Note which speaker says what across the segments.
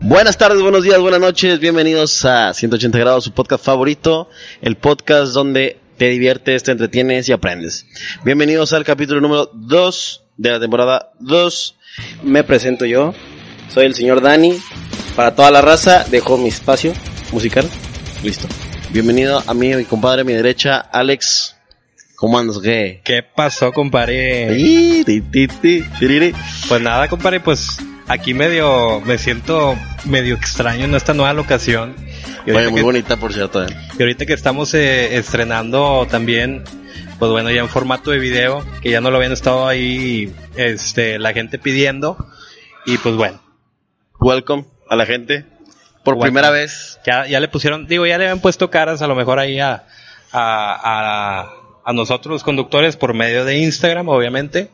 Speaker 1: Buenas tardes, buenos días, buenas noches, bienvenidos a 180 grados, su podcast favorito, el podcast donde te diviertes, te entretienes y aprendes. Bienvenidos al capítulo número 2 de la temporada 2. Me presento yo, soy el señor Dani, para toda la raza, dejo mi espacio musical, listo. Bienvenido a mí, mi compadre, a mi derecha, Alex, ¿cómo andas, qué?
Speaker 2: ¿Qué pasó, compadre?
Speaker 1: Ti, ti, ti, ti, tiriri.
Speaker 2: Pues nada, compadre, pues aquí medio me siento medio extraño en esta nueva locación. Y ahorita,
Speaker 1: Oye, muy
Speaker 2: que,
Speaker 1: bonita, por cierto, eh.
Speaker 2: y ahorita que estamos eh, estrenando también, pues bueno, ya en formato de video, que ya no lo habían estado ahí este, la gente pidiendo. Y pues bueno,
Speaker 1: Welcome a la gente, por
Speaker 2: Welcome.
Speaker 1: primera vez.
Speaker 2: ya, ya le pusieron, digo, ya le habían puesto caras a lo mejor ahí a, a, a- a nosotros los conductores por medio de Instagram, obviamente.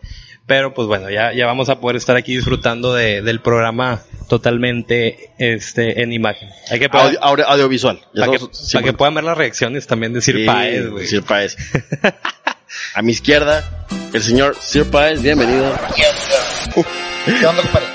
Speaker 2: Pero pues bueno, ya, ya vamos a poder estar aquí disfrutando de- del programa totalmente este, en imagen. Hay que
Speaker 1: Audio- audio- audiovisual. Ya
Speaker 2: Para que,
Speaker 1: somos-
Speaker 2: pa' que
Speaker 1: siempre-
Speaker 2: puedan ver las reacciones también de Sir
Speaker 1: Sí,
Speaker 2: Paez, güey.
Speaker 1: Sir Paez. A mi izquierda, el señor Sir Paez, bienvenido.
Speaker 3: ¿Qué onda, compadre?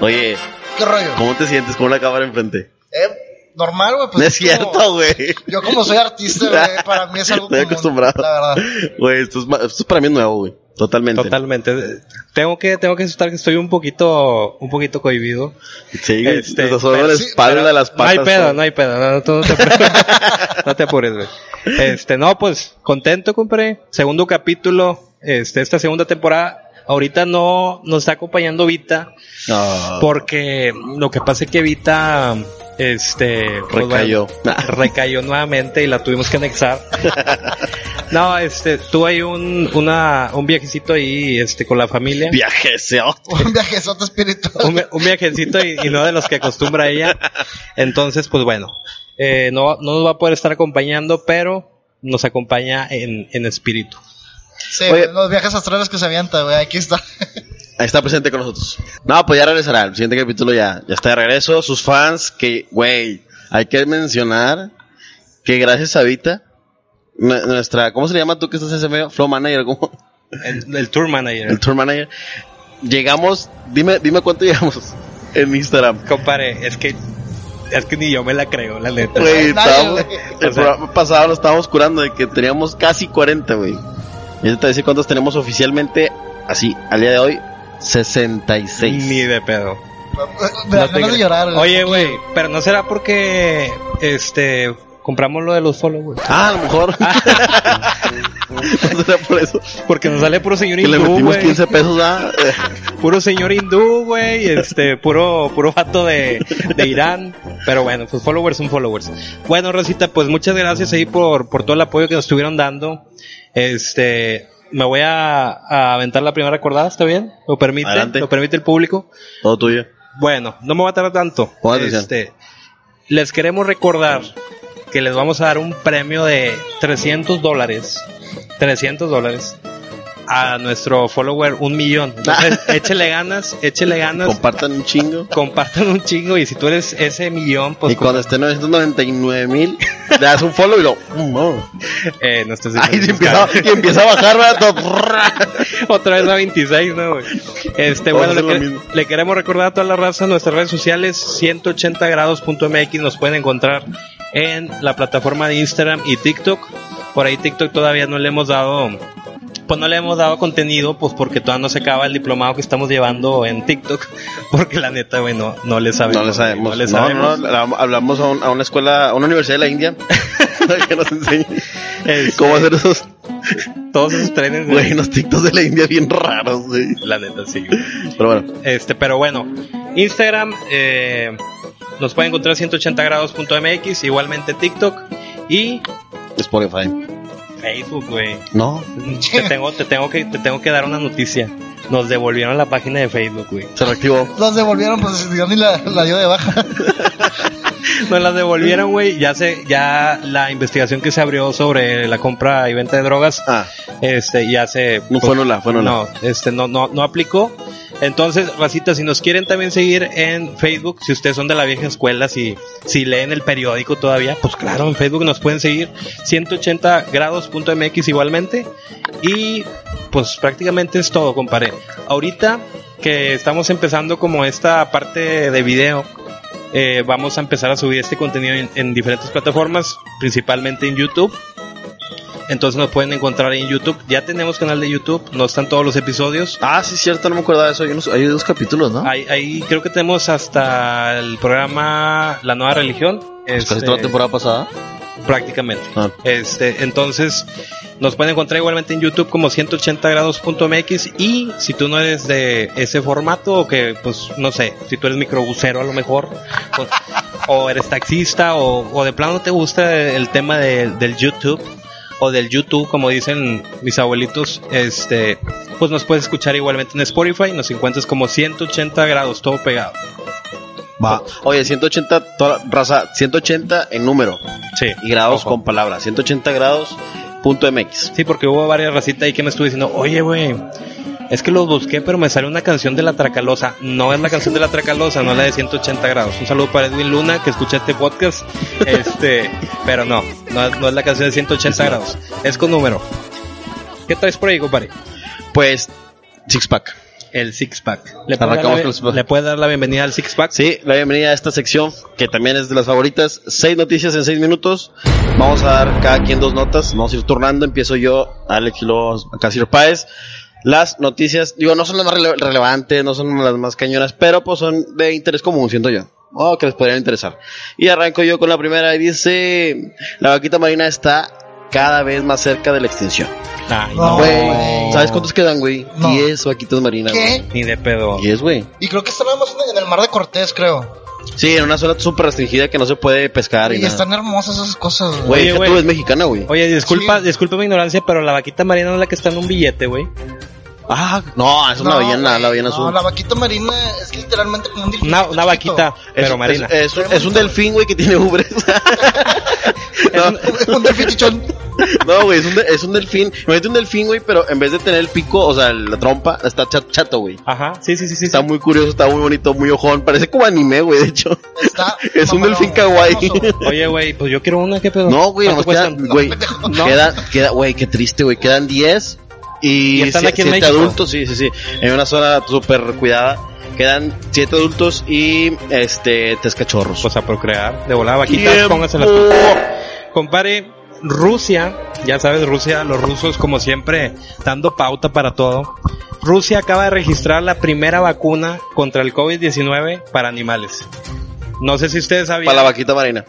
Speaker 1: Oye,
Speaker 3: ¿Qué rollo?
Speaker 1: ¿cómo te sientes con una cámara enfrente?
Speaker 3: Eh, normal, güey. Pues
Speaker 1: no es
Speaker 3: como-
Speaker 1: cierto, güey.
Speaker 3: Yo como soy artista, güey, para mí es algo
Speaker 1: Estoy
Speaker 3: común,
Speaker 1: acostumbrado.
Speaker 3: La verdad.
Speaker 1: Güey, esto, es, ma- esto es para mí nuevo, güey. Totalmente.
Speaker 2: Totalmente. Tengo que, tengo que aceptar que estoy un poquito, un poquito cohibido.
Speaker 1: Sí, güey.
Speaker 2: Este,
Speaker 1: te sobró
Speaker 2: pero
Speaker 1: la
Speaker 3: sí,
Speaker 1: espalda,
Speaker 3: pero
Speaker 1: las
Speaker 2: No
Speaker 1: patas.
Speaker 2: hay pedo, no hay pedo. No, no, tú no te apures, No te apures, güey. Este, no, pues, contento, compré. Segundo capítulo, este, esta segunda temporada. Ahorita no nos está acompañando Vita,
Speaker 1: No.
Speaker 2: porque lo que pasa es que Vita, este, pues,
Speaker 1: Recayó.
Speaker 2: bueno,
Speaker 1: Nah.
Speaker 2: recayó nuevamente y la tuvimos que anexar. No, este, tuve ahí un, una, un viajecito ahí, este, con la familia.
Speaker 1: Viaje ese. oh.
Speaker 3: Un viajezote espiritual.
Speaker 2: Un, vi- un viajecito y, y no de los que acostumbra ella. Entonces, pues bueno, eh, no, no nos va a poder estar acompañando, pero nos acompaña en, en espíritu.
Speaker 3: Sí,
Speaker 1: Oye.
Speaker 3: los viajes astrales que se avienta, güey. Aquí está.
Speaker 1: Ahí está presente con nosotros. No, pues ya regresará. El siguiente capítulo ya, ya está de regreso. Sus fans, que, güey, hay que mencionar que gracias a Vita, nue- nuestra, ¿cómo se le llama tú que estás en ese medio? Flow Manager, ¿cómo?
Speaker 2: El, el tour
Speaker 1: El
Speaker 2: manager.
Speaker 1: Tour Manager. Llegamos, dime, dime cuánto llegamos en Instagram.
Speaker 2: Compare, es que, es que ni yo me la creo, la neta.
Speaker 1: Güey,
Speaker 3: Nadie,
Speaker 1: estábamos-
Speaker 3: güey.
Speaker 1: el
Speaker 2: O sea-
Speaker 1: programa pasado nos estábamos curando de que teníamos casi 40, güey. Y yo te voy a decir cuántos tenemos oficialmente, así, al día de hoy, 66.
Speaker 2: Ni de pedo. No
Speaker 3: Me da
Speaker 2: te
Speaker 3: ganas de
Speaker 2: creas.
Speaker 3: llorar, güey.
Speaker 2: Oye, güey, pero no será porque este compramos lo de los followers.
Speaker 1: Ah, a lo mejor. ¿No será Pues por eso?
Speaker 2: Porque nos sale puro señor
Speaker 1: Que le
Speaker 2: hindú,
Speaker 1: metimos
Speaker 2: güey.
Speaker 1: 15 pesos a.
Speaker 2: Puro señor hindú, güey. Este, puro, puro vato de, de Irán. Pero bueno, pues followers son followers. Bueno, Rosita, pues muchas gracias ahí por, por todo el apoyo que nos estuvieron dando. Este, me voy a, a aventar la primera acordada, ¿está bien? ¿Lo permite?
Speaker 1: Adelante.
Speaker 2: ¿Lo permite el público?
Speaker 1: Todo tuyo.
Speaker 2: Bueno, no me va a tardar tanto.
Speaker 1: Pon atención.
Speaker 2: Este, les queremos recordar que les vamos a dar un premio de 300 dólares. 300 dólares a nuestro follower, un millón. Entonces, échele ganas, échele ganas,
Speaker 1: Compartan un chingo.
Speaker 2: compartan un chingo y si tú eres ese millón, pues
Speaker 1: y cuando esté 999 mil, le das un follow y lo. mm, oh.
Speaker 2: eh, no estás
Speaker 1: Ahí se
Speaker 2: diciendo
Speaker 1: empieza,
Speaker 2: buscar.
Speaker 1: y empieza a bajar, ¿verdad?
Speaker 2: Otra vez a 26, ¿no, güey? Este,
Speaker 1: Vamos a
Speaker 2: bueno,
Speaker 1: hacer
Speaker 2: le,
Speaker 1: lo
Speaker 2: quere-
Speaker 1: mismo.
Speaker 2: le queremos recordar a toda la raza nuestras redes sociales, 180grados.mx, nos pueden encontrar en la plataforma de Instagram y TikTok. Por ahí TikTok todavía no le hemos dado, pues no le hemos dado contenido, pues porque todavía no se acaba el diplomado que estamos llevando en TikTok, porque la neta, güey, no, no le sabemos.
Speaker 1: No le sabemos.
Speaker 2: güey, No le
Speaker 1: No,
Speaker 2: sabemos.
Speaker 1: no, la- hablamos a, un- a una escuela, a una universidad de la India. para que nos enseñe
Speaker 2: Este,
Speaker 1: cómo hacer esos,
Speaker 2: Todos esos trenes,
Speaker 1: güey,
Speaker 2: güey.
Speaker 1: unos TikToks de la India bien raros, güey.
Speaker 2: La neta, sí, güey.
Speaker 1: Pero bueno,
Speaker 2: Este, pero bueno, Instagram, eh, Nos pueden encontrar 180grados.mx, igualmente TikTok y
Speaker 1: Spotify.
Speaker 2: Facebook, güey.
Speaker 1: No,
Speaker 2: Te tengo, te, tengo que, te tengo que dar una noticia. Nos devolvieron la página de Facebook, güey.
Speaker 1: se reactivó.
Speaker 3: Los devolvieron, pues Dios ni la, la dio de baja.
Speaker 2: Nos la devolvieron, güey. Ya se, ya la investigación que se abrió sobre la compra y venta de drogas,
Speaker 1: Ah,
Speaker 2: este, ya se.
Speaker 1: Pues no fue nula, fue nula.
Speaker 2: No, este, no, no, no aplicó. Entonces, racita, si nos quieren también seguir en Facebook, si ustedes son de la vieja escuela, si, si leen el periódico todavía, pues claro, en Facebook nos pueden seguir 180grados.mx igualmente. Y pues prácticamente es todo, compadre. Ahorita que estamos empezando como esta parte de video, eh, vamos a empezar a subir este contenido en, en diferentes plataformas, principalmente en YouTube. Entonces nos pueden encontrar en YouTube. Ya tenemos canal de YouTube, no están todos los episodios.
Speaker 1: Ah, sí, cierto, no me acordaba de eso. Hay, unos- hay dos capítulos, ¿no?
Speaker 2: Ahí, ahí creo que tenemos hasta el programa La Nueva Religión.
Speaker 1: Pues casi
Speaker 2: este,
Speaker 1: toda la temporada pasada.
Speaker 2: Prácticamente.
Speaker 1: Ah.
Speaker 2: Este, entonces, nos pueden encontrar igualmente en YouTube como 180grados.mx y si tú no eres de ese formato o que, pues, no sé, si tú eres microbusero a lo mejor, pues, o eres taxista o, o de plano no te gusta el tema de- del YouTube o del YouTube, como dicen mis abuelitos, este, pues nos puedes escuchar igualmente en Spotify, nos encuentras como 180 grados, todo pegado.
Speaker 1: Va. Oye, 180, toda la- raza, 180 en número
Speaker 2: Sí.
Speaker 1: y grados
Speaker 2: Ojo.
Speaker 1: con palabras. 180 grados punto MX.
Speaker 2: Sí, porque hubo varias racitas ahí que me estuve diciendo, oye, güey, es que los busqué, pero me sale una canción de La Tracalosa. No es la canción de La Tracalosa, no es la de 180 grados. Un saludo para Edwin Luna, que escucha este podcast. Este, pero no, no, es- no es la canción de 180 grados. Es con número. ¿Qué traes por ahí, compadre?
Speaker 1: Pues, six pack.
Speaker 2: El Six Pack. ¿Le
Speaker 1: Arrancamos
Speaker 2: puede, dar la,
Speaker 1: con el six pack.
Speaker 2: le puede dar la bienvenida al Six Pack?
Speaker 1: Sí, la bienvenida a esta sección que también es de las favoritas. Seis noticias en seis minutos. Vamos a dar cada quien dos notas. Vamos a ir turnando. Empiezo yo, Alex y luego acá Sir Páez. Las noticias, digo, no son las más rele- relevantes, no son las más cañonas, pero pues son de interés común, siento yo. O que les podrían interesar. Y arranco yo con la primera y dice, la vaquita marina está cada vez más cerca de la extinción.
Speaker 2: Ay,
Speaker 3: No.
Speaker 2: no.
Speaker 1: Güey,
Speaker 3: güey.
Speaker 1: ¿sabes cuántos quedan, güey?
Speaker 3: No.
Speaker 1: 10 vaquitas marinas.
Speaker 3: ¿Qué?
Speaker 2: Ni de pedo.
Speaker 1: güey. 10, güey.
Speaker 3: Y creo que estábamos en el mar de Cortés, creo.
Speaker 1: Sí, en una zona súper restringida que no se puede pescar y,
Speaker 3: Y
Speaker 1: nada.
Speaker 3: están hermosas esas cosas, güey.
Speaker 1: Güey,
Speaker 2: Oye,
Speaker 1: deja
Speaker 2: güey.
Speaker 1: tú es mexicana, güey.
Speaker 2: Oye, disculpa,
Speaker 3: Sí.
Speaker 2: disculpa mi ignorancia, pero la vaquita marina no es la que está en un billete, güey.
Speaker 1: Ah, no, es una
Speaker 3: No,
Speaker 1: ballena,
Speaker 3: güey,
Speaker 1: la ballena
Speaker 3: no,
Speaker 1: azul.
Speaker 3: la vaquita marina es literalmente como un delfín
Speaker 2: Una,
Speaker 3: chiquito.
Speaker 2: una vaquita,
Speaker 1: Es-
Speaker 2: pero
Speaker 1: es-
Speaker 2: marina.
Speaker 1: Es, es un delfín, güey, que tiene ubres. no,
Speaker 3: un delfín chichón.
Speaker 1: no, güey, es, un de- es un delfín. Imagínate un delfín, güey, pero en vez de tener el pico, o sea, la trompa, está cha- chato, güey.
Speaker 2: Ajá, sí, sí, sí, sí.
Speaker 1: Está muy curioso, está muy bonito, muy ojón. Parece como anime, güey, de hecho.
Speaker 3: Está
Speaker 1: Es un
Speaker 3: mamalón,
Speaker 1: delfín
Speaker 3: está
Speaker 1: kawaii.
Speaker 3: hermoso, güey.
Speaker 2: Oye, güey, pues yo quiero una, ¿qué pedo?
Speaker 1: No, güey,
Speaker 2: ¿Cuánto
Speaker 1: nomás quedan,
Speaker 2: cuestan?
Speaker 1: güey,
Speaker 3: pendejo,
Speaker 2: no.
Speaker 1: quedan, queda, güey, qué triste, güey, quedan 10 y,
Speaker 2: Y están
Speaker 1: sie-
Speaker 2: aquí en
Speaker 1: siete
Speaker 2: México.
Speaker 1: adultos, sí, sí, sí, en una zona súper cuidada, quedan 7 adultos y, este, tres cachorros.
Speaker 2: Pues a procrear, de volada vaquitas,
Speaker 1: Tiempo.
Speaker 2: póngaselas. Compare, Rusia, ya sabes, Rusia, los rusos, como siempre, dando pauta para todo. Rusia acaba de registrar la primera vacuna contra el COVID-19 para animales. No sé si ustedes sabían.
Speaker 1: Para la vaquita marina.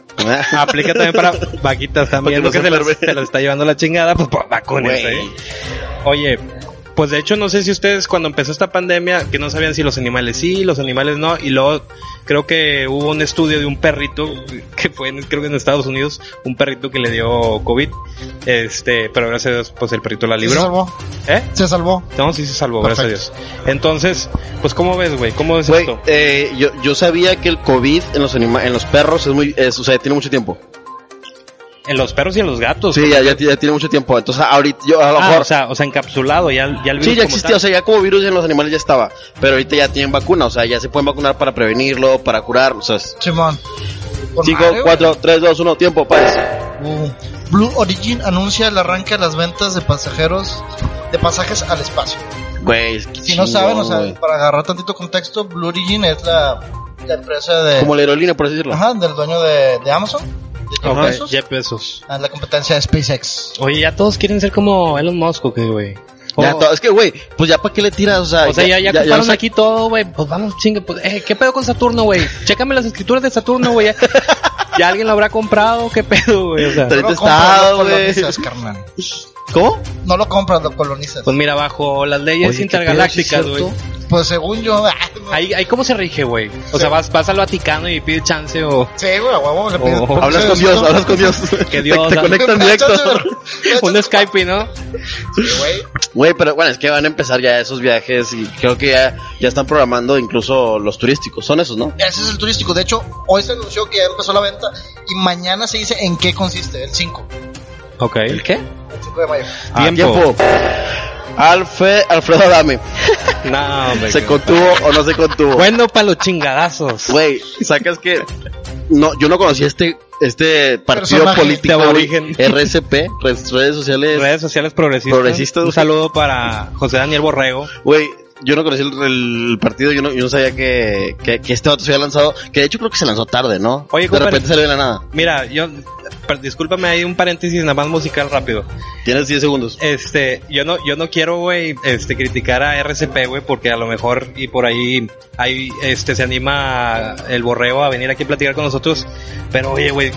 Speaker 2: Aplica también para vaquitas también.
Speaker 1: Para
Speaker 2: Porque
Speaker 1: que
Speaker 2: se
Speaker 1: no se
Speaker 2: las,
Speaker 1: enferme.
Speaker 2: se las está llevando la chingada, pues, pues vacúnense,
Speaker 1: Güey.
Speaker 2: ¿eh? Oye, pues de hecho no sé si ustedes cuando empezó esta pandemia que no sabían si los animales sí, los animales no, y luego creo que hubo un estudio de un perrito que fue en- creo que en Estados Unidos, un perrito que le dio COVID, este, pero gracias a Dios pues el perrito la
Speaker 3: Se
Speaker 2: libró,
Speaker 3: salvó.
Speaker 2: ¿eh?
Speaker 3: Se salvó.
Speaker 2: No, sí se salvó, gracias a Dios. Entonces, pues cómo ves, güey, cómo ves
Speaker 1: Güey,
Speaker 2: esto.
Speaker 1: eh, yo, yo sabía que el COVID en los anima en los perros es muy, es, o sea, tiene mucho tiempo.
Speaker 2: En los perros y en los gatos.
Speaker 1: Sí, ya, ya, ya tiene mucho tiempo. Entonces, ahorita, yo a lo
Speaker 2: Ah,
Speaker 1: mejor.
Speaker 2: o sea, o sea, encapsulado ya, ya el virus
Speaker 1: sí, ya
Speaker 2: como
Speaker 1: existía, o
Speaker 2: tal.
Speaker 1: sea, ya como virus en los animales ya estaba. Pero ahorita ya tienen vacuna, o sea, ya se pueden vacunar para prevenirlo, para curarlo, o sea. es-
Speaker 3: Simón. Con
Speaker 1: Cinco,
Speaker 3: madre, güey.
Speaker 1: cuatro, tres, dos, uno, tiempo, pares.
Speaker 3: Uh, Blue Origin anuncia el arranque de las ventas de pasajeros de pasajes al espacio.
Speaker 1: Güey, qué
Speaker 3: Si no
Speaker 1: chingón,
Speaker 3: saben, o
Speaker 1: güey.
Speaker 3: sea, para agarrar tantito contexto, Blue Origin es la, la empresa de
Speaker 1: Como la aerolínea, por así decirlo.
Speaker 3: ajá, del dueño de, de Amazon, de Jeff
Speaker 2: Ok,
Speaker 3: Bezos,
Speaker 2: Jeff Bezos.
Speaker 3: a la competencia de SpaceX.
Speaker 2: Oye, ya todos quieren ser como Elon Musk, ¿o qué, güey? O,
Speaker 1: Ya, to- es que, güey, pues ya para qué le tiras, o sea.
Speaker 2: o sea, ya, ya,
Speaker 1: no
Speaker 2: ocuparon
Speaker 1: sé-
Speaker 2: aquí todo, güey. Pues vamos, chingue. Pues, eh, ¿Qué pedo con Saturno, güey? Chécame las escrituras de Saturno, güey. Ya, ya alguien lo habrá comprado, ¿qué pedo, güey? O sea,
Speaker 1: Ahorita
Speaker 3: Pero compra
Speaker 1: está,
Speaker 3: las
Speaker 1: güey.
Speaker 3: colonizas, carnal.
Speaker 1: ¿Cómo?
Speaker 3: No lo compras, lo colonizas.
Speaker 2: Pues mira, bajo las leyes
Speaker 1: Oye, qué
Speaker 2: intergalácticas,
Speaker 1: pedo, sí es
Speaker 2: güey.
Speaker 1: cierto.
Speaker 3: Pues según yo.
Speaker 2: Ahí, ahí cómo se rige, güey. O sea, vas, vas al Vaticano y pides chance o
Speaker 3: Sí, güey, a huevo, le pides-
Speaker 2: Oh.
Speaker 1: Hablas con Dios, hablas con Dios.
Speaker 2: Que
Speaker 1: Te-
Speaker 2: Dios,
Speaker 1: te,
Speaker 2: ah.
Speaker 1: conectan directo.
Speaker 2: un Skype, ¿no?
Speaker 3: Sí, güey.
Speaker 1: Güey, pero bueno, es que van a empezar ya esos viajes y creo que ya, ya están programando incluso los turísticos. Son esos, ¿no?
Speaker 3: Ese es el turístico. De hecho, hoy se anunció que ya empezó la venta y mañana se dice en qué consiste, el 5.
Speaker 2: Ok. ¿El qué?
Speaker 3: El 5 de mayo.
Speaker 1: Ah,
Speaker 2: Tiempo.
Speaker 1: Alfe, Alfredo Adame.
Speaker 2: No, hombre.
Speaker 1: ¿Se contuvo o no se contuvo?
Speaker 2: Bueno, para los chingadazos.
Speaker 1: Güey, sacas que no, yo no conocía este este partido
Speaker 3: Personaje
Speaker 1: político
Speaker 2: de
Speaker 1: güey,
Speaker 2: aborigen.
Speaker 1: RCP, redes, redes sociales.
Speaker 2: Redes sociales progresistas.
Speaker 1: Progresistas,
Speaker 2: Un
Speaker 1: güey.
Speaker 2: saludo para José Daniel Borrego.
Speaker 1: Güey, yo no conocía el, el partido, yo no, yo no sabía que, que, que este vato se había lanzado, que de hecho creo que se lanzó tarde, ¿no?
Speaker 2: Oye,
Speaker 1: de
Speaker 2: compadre.
Speaker 1: repente salió de la nada.
Speaker 2: Mira, yo. per- Discúlpame, hay un paréntesis nada más musical rápido.
Speaker 1: Tienes 10 segundos.
Speaker 2: Este, yo no, yo no quiero, güey, este, criticar a RCP, güey, porque a lo mejor y por ahí, ahí, este, se anima el borreo a venir aquí a platicar con nosotros. Pero oye, güey,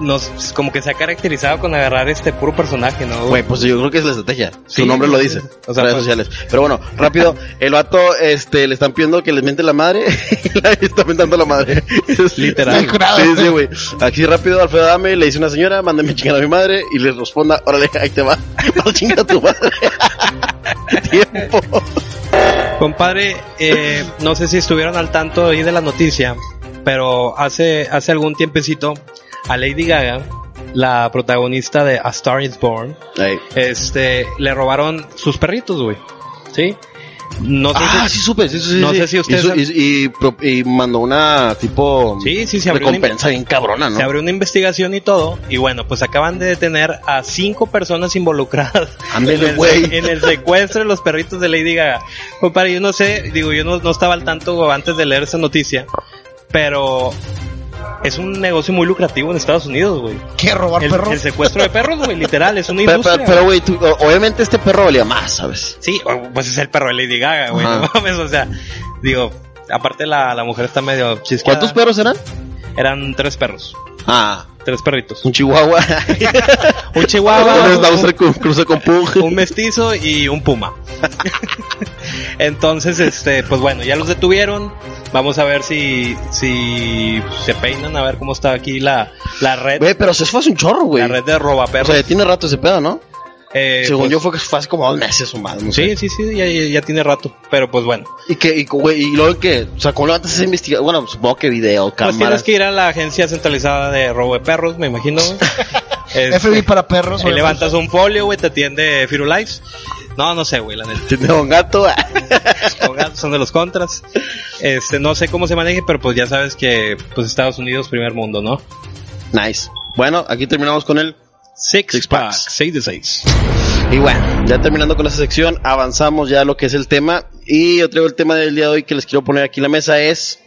Speaker 2: nos, como que se ha caracterizado con agarrar este puro personaje, ¿no?
Speaker 1: Güey, pues yo creo que es la estrategia. Su
Speaker 2: Sí,
Speaker 1: nombre lo
Speaker 2: sí,
Speaker 1: dice.
Speaker 2: sí. O sea,
Speaker 1: redes
Speaker 2: pues-
Speaker 1: sociales. Pero bueno, rápido. El vato, este, le están pidiendo que les mente la madre. y le está mentando la madre.
Speaker 2: Literal.
Speaker 1: Sí, Sí, sí, güey. Aquí rápido, Alfredo Dame le dice una señora, mándeme chingar a mi madre. Y le responda, órale, ahí te va. Vas a chingar a tu madre. Tiempo.
Speaker 2: Compadre, eh, no sé si estuvieron al tanto ahí de la noticia, pero hace, hace algún tiempecito a Lady Gaga, la protagonista de A Star is Born,
Speaker 1: Ahí.
Speaker 2: este, le robaron sus perritos, güey. ¿Sí? No sé
Speaker 1: Ah,
Speaker 2: si-
Speaker 1: sí supe, sí, sí, sí,
Speaker 2: No
Speaker 1: sí.
Speaker 2: sé si ustedes
Speaker 1: Hizo-
Speaker 2: han-
Speaker 1: hizo- Y, pro- y mandó una tipo...
Speaker 2: Sí, sí, se abrió una
Speaker 1: Recompensa bien cabrona,
Speaker 2: Se
Speaker 1: ¿no?
Speaker 2: abrió una investigación y todo, y bueno, pues acaban de detener a cinco personas involucradas en
Speaker 1: Ándale,
Speaker 2: el,
Speaker 1: güey.
Speaker 2: en el secuestro de los perritos de Lady Gaga. Compadre, yo no sé, digo, yo no, no estaba al tanto antes de leer esa noticia, pero es un negocio muy lucrativo en Estados Unidos, güey.
Speaker 3: ¿Qué robar
Speaker 2: El,
Speaker 3: perros?
Speaker 2: el secuestro de perros, güey, literal, es una
Speaker 1: Pero,
Speaker 2: industria.
Speaker 1: pero- pero, güey, tú- o- obviamente este perro valía más, ¿sabes?
Speaker 2: Sí, o- pues es el perro de Lady Gaga, güey,
Speaker 1: Ajá.
Speaker 2: no mames, o sea, digo, aparte la, la mujer está medio chisqueada.
Speaker 1: ¿Cuántos perros eran?
Speaker 2: Eran tres perros,
Speaker 1: Ah,
Speaker 2: tres perritos.
Speaker 1: un chihuahua.
Speaker 2: Un chihuahua,
Speaker 1: un
Speaker 2: un-
Speaker 1: schnauzer con- cruce con pug.
Speaker 2: un mestizo y un puma. Entonces, este, pues bueno, ya los detuvieron. Vamos a ver si, si se peinan, a ver cómo está aquí la, la red,
Speaker 1: Güey, pero se fue hace un chorro, güey.
Speaker 2: la red de
Speaker 1: O
Speaker 2: robaperros.
Speaker 1: sea, ya tiene rato ese pedo, ¿no?
Speaker 2: Eh,
Speaker 1: Según
Speaker 2: pues,
Speaker 1: yo fue, que fue hace como dos meses o más, no sé.
Speaker 2: Sí, sí, sí, ya, ya- ya tiene rato, pero pues bueno.
Speaker 1: Y que, y, güey, y luego que, o sea, ¿cómo levantas esa investigación? Bueno, supongo que video,
Speaker 2: Pues
Speaker 1: cámaras.
Speaker 2: tienes que ir a la agencia centralizada de robo de perros, me imagino. güey. Este,
Speaker 3: FBI para perros.
Speaker 2: ahí
Speaker 3: güey.
Speaker 2: levantas un folio, güey, te atiende Firulais. No, no sé, güey, la neta.
Speaker 1: Tiene un gato.
Speaker 2: Abogados son de los contras. Este, no sé cómo se maneje, pero pues ya sabes que pues Estados Unidos primer mundo, ¿no?
Speaker 1: nice. Bueno, aquí terminamos con él.
Speaker 2: Six,
Speaker 1: Six
Speaker 2: pack,
Speaker 1: packs.
Speaker 2: 6 de 6.
Speaker 1: Y bueno, ya terminando con esta sección, avanzamos ya a lo que es el tema. Y yo traigo el tema del día de hoy que les quiero poner aquí en la mesa es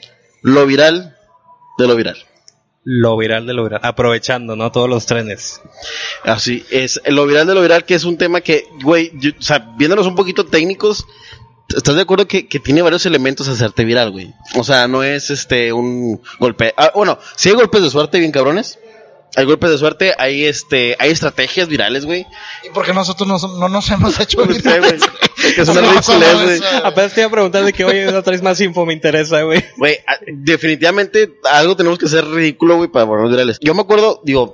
Speaker 1: lo viral de lo viral.
Speaker 2: Lo viral de lo viral. Aprovechando, ¿no? Todos los trenes.
Speaker 1: Así es, lo viral de lo viral, que es un tema que, güey, yo- o sea, viéndonos un poquito técnicos, ¿estás de acuerdo que, que tiene varios elementos a hacerte viral, güey? O sea, no es este un golpe. ah, bueno, sí hay golpes de suerte, bien cabrones. Hay golpes de suerte, hay este, hay estrategias virales, güey.
Speaker 3: ¿Y por qué nosotros no, no nos hemos hecho
Speaker 1: No sé, güey. Es que es una
Speaker 3: No,
Speaker 1: ridiculez,
Speaker 3: no,
Speaker 1: güey.
Speaker 3: eso.
Speaker 2: Apenas te iba a preguntar de Ah, que, oye, no traes más info, me interesa, güey.
Speaker 1: Güey, a- definitivamente algo tenemos que hacer ridículo, güey, para volvernos virales. Yo me acuerdo, digo,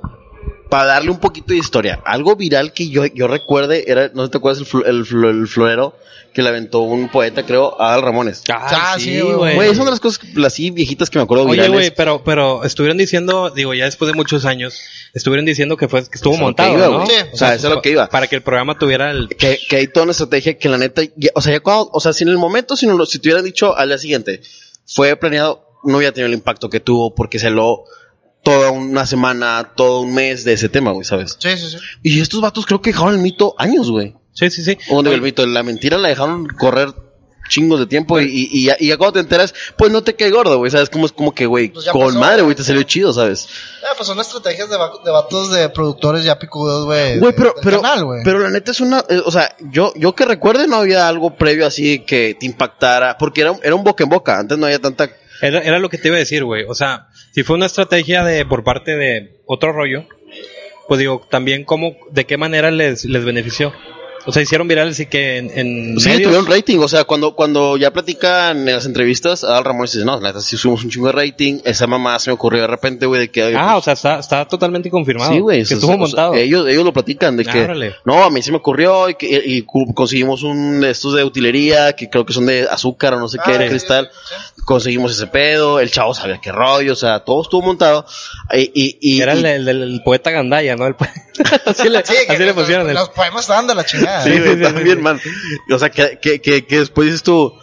Speaker 1: para darle un poquito de historia, algo viral que yo, yo recuerde era, no sé si te acuerdas, el, fl- el, fl- el florero que le aventó un poeta, creo, a Adal Ramones.
Speaker 3: Ah, sí, güey.
Speaker 1: Güey, es una de las cosas, las sí, viejitas que me acuerdo
Speaker 2: Oye,
Speaker 1: virales.
Speaker 2: güey, pero, pero estuvieron diciendo, digo, ya después de muchos años, estuvieron diciendo que fue, que
Speaker 1: Eso
Speaker 2: estuvo
Speaker 1: es lo
Speaker 2: montado,
Speaker 1: que iba,
Speaker 2: ¿no?
Speaker 1: güey.
Speaker 3: Sí.
Speaker 1: O sea, eso es lo que iba.
Speaker 2: Para que el programa tuviera el...
Speaker 1: Que, que hay toda una estrategia que la neta, ya- o sea, ya cuando, o sea, si en el momento, si, no, lo- si te hubieran dicho al día siguiente, fue planeado, no hubiera tenido el impacto que tuvo porque se lo toda una semana, todo un mes de ese tema, güey, ¿sabes?
Speaker 3: Sí, sí, sí.
Speaker 1: Y estos vatos creo que dejaron el mito años, güey.
Speaker 2: Sí, sí, sí.
Speaker 1: O digo, el mito, la mentira la dejaron correr chingos de tiempo y, y, y, ya, y ya cuando te enteras, pues no te cae gordo, güey. ¿Sabes? Como es como que, güey,
Speaker 3: Pues ya
Speaker 1: con
Speaker 3: pasó.
Speaker 1: madre, güey, te salió chido, ¿sabes?
Speaker 3: Ah, pues son estrategias de, va- de vatos de productores ya picudos, güey.
Speaker 1: Güey,
Speaker 3: de-
Speaker 1: pero,
Speaker 3: del
Speaker 1: pero,
Speaker 3: canal, güey.
Speaker 1: pero la neta es una, eh, o sea, yo, yo que recuerde no había algo previo así que te impactara, porque era, un- era un boca en boca, antes no había tanta...
Speaker 2: Era, era lo que te iba a decir, güey. O sea, si fue una estrategia de por parte de otro rollo, pues digo, también cómo, de qué manera les, les benefició. O sea, hicieron virales y que en, en
Speaker 1: Pues Sí,
Speaker 2: medios-
Speaker 1: tuvieron rating. O sea, cuando, cuando ya platican en las entrevistas, Adal Ramón dice, no, la neta, sí subimos un chingo de rating. Esa mamá se me ocurrió de repente, güey, de que... oye,
Speaker 2: Ah, o sea, está, está totalmente confirmado.
Speaker 1: eh, pues Sí, güey.
Speaker 2: Que
Speaker 1: o sea,
Speaker 2: estuvo
Speaker 1: o sea,
Speaker 2: montado.
Speaker 1: ellos, ellos lo platican de
Speaker 2: Ah,
Speaker 1: que.
Speaker 2: órale.
Speaker 1: No, a mí se me ocurrió y, que- y- y cu- conseguimos un de estos de utilería que creo que son de azúcar o no sé qué,
Speaker 3: Ah,
Speaker 1: de
Speaker 3: sí,
Speaker 1: cristal.
Speaker 3: sí,
Speaker 1: Conseguimos ese pedo. El chavo sabía qué rollo. O sea, todo estuvo montado. Y, y, y-
Speaker 2: Era
Speaker 1: y-
Speaker 2: el, el- el- el poeta Gandaya, ¿no? El po- así le,
Speaker 3: Sí, que
Speaker 2: así le
Speaker 3: los-
Speaker 2: pusieron. el-
Speaker 3: Los poemas estaban de la chingada.
Speaker 1: Sí,
Speaker 2: Sí,
Speaker 1: güey,
Speaker 2: sí, sí,
Speaker 1: también,
Speaker 2: sí.
Speaker 1: man. O sea, que, que, que, que después dices tú,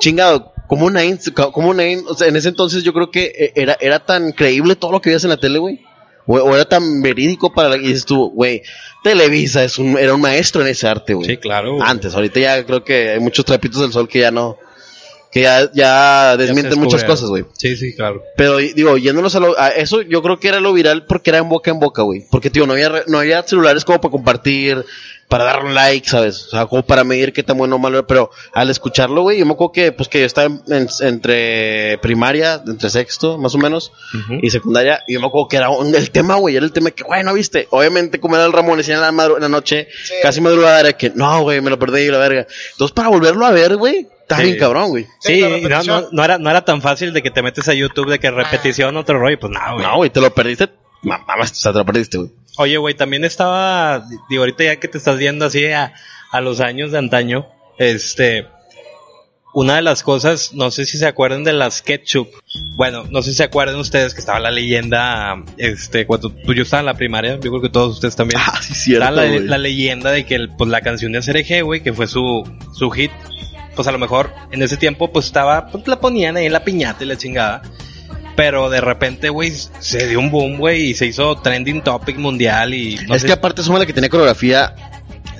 Speaker 1: chingado, como una ins- como una in- o sea, en ese entonces yo creo que eh, era, era tan creíble todo lo que veías en la tele, güey. O, o era tan verídico para la que dices tú, güey, Televisa es un, era un maestro en ese arte, güey.
Speaker 2: Sí, claro. güey.
Speaker 1: Antes, ahorita ya creo que hay muchos trapitos del sol que ya no, que ya, ya
Speaker 2: Ya se
Speaker 1: desmienten muchas
Speaker 2: descubrieron.
Speaker 1: cosas, güey.
Speaker 2: Sí, sí, claro.
Speaker 1: Pero y- digo, yéndonos a, lo- a eso, yo creo que era lo viral porque era en boca en boca, güey. Porque, tío, no había, re- no había celulares como para compartir, para dar un like, ¿sabes? O sea, como para medir qué tan bueno o malo era. Pero al escucharlo, güey, yo me acuerdo que, pues, que yo estaba en- en- entre primaria, entre sexto, más o menos, y secundaria, y yo me acuerdo que era un- el tema, güey, era el tema que, güey, no viste. Obviamente, como era el Ramón, decía en la, madru- en la noche,
Speaker 3: Sí.
Speaker 1: casi madrugada, era que, no, güey, me lo perdí, y la verga. Entonces, para volverlo a ver, güey, está
Speaker 2: Sí.
Speaker 1: bien cabrón, güey.
Speaker 3: Sí,
Speaker 2: Sí,
Speaker 3: la
Speaker 2: y no,
Speaker 3: repetición.
Speaker 2: no, no era, no era tan fácil de que te metes a YouTube de que repetición, otro rollo. Pues no, güey.
Speaker 1: No, güey, te lo perdiste, mamá, o sea, te lo perdiste, güey.
Speaker 2: Oye, güey, también estaba, digo, ahorita ya que te estás viendo así a, a los años de antaño, este, una de las cosas, no sé si se acuerdan de las ketchup. Bueno, no sé si se acuerdan ustedes que estaba la leyenda, este, cuando tú- yo estaba en la primaria, yo creo que todos ustedes también.
Speaker 1: Ah, sí, cierto,
Speaker 2: Está la,
Speaker 1: güey.
Speaker 2: la leyenda de que el- pues, la canción de Cereje, güey, que fue su, su hit, pues a lo mejor en ese tiempo pues estaba, pues la ponían ahí en la piñata y la chingada. Pero de repente, güey, se dio un boom, güey, y se hizo trending topic mundial y... no
Speaker 1: es
Speaker 2: sé-
Speaker 1: que aparte suma la que tenía coreografía.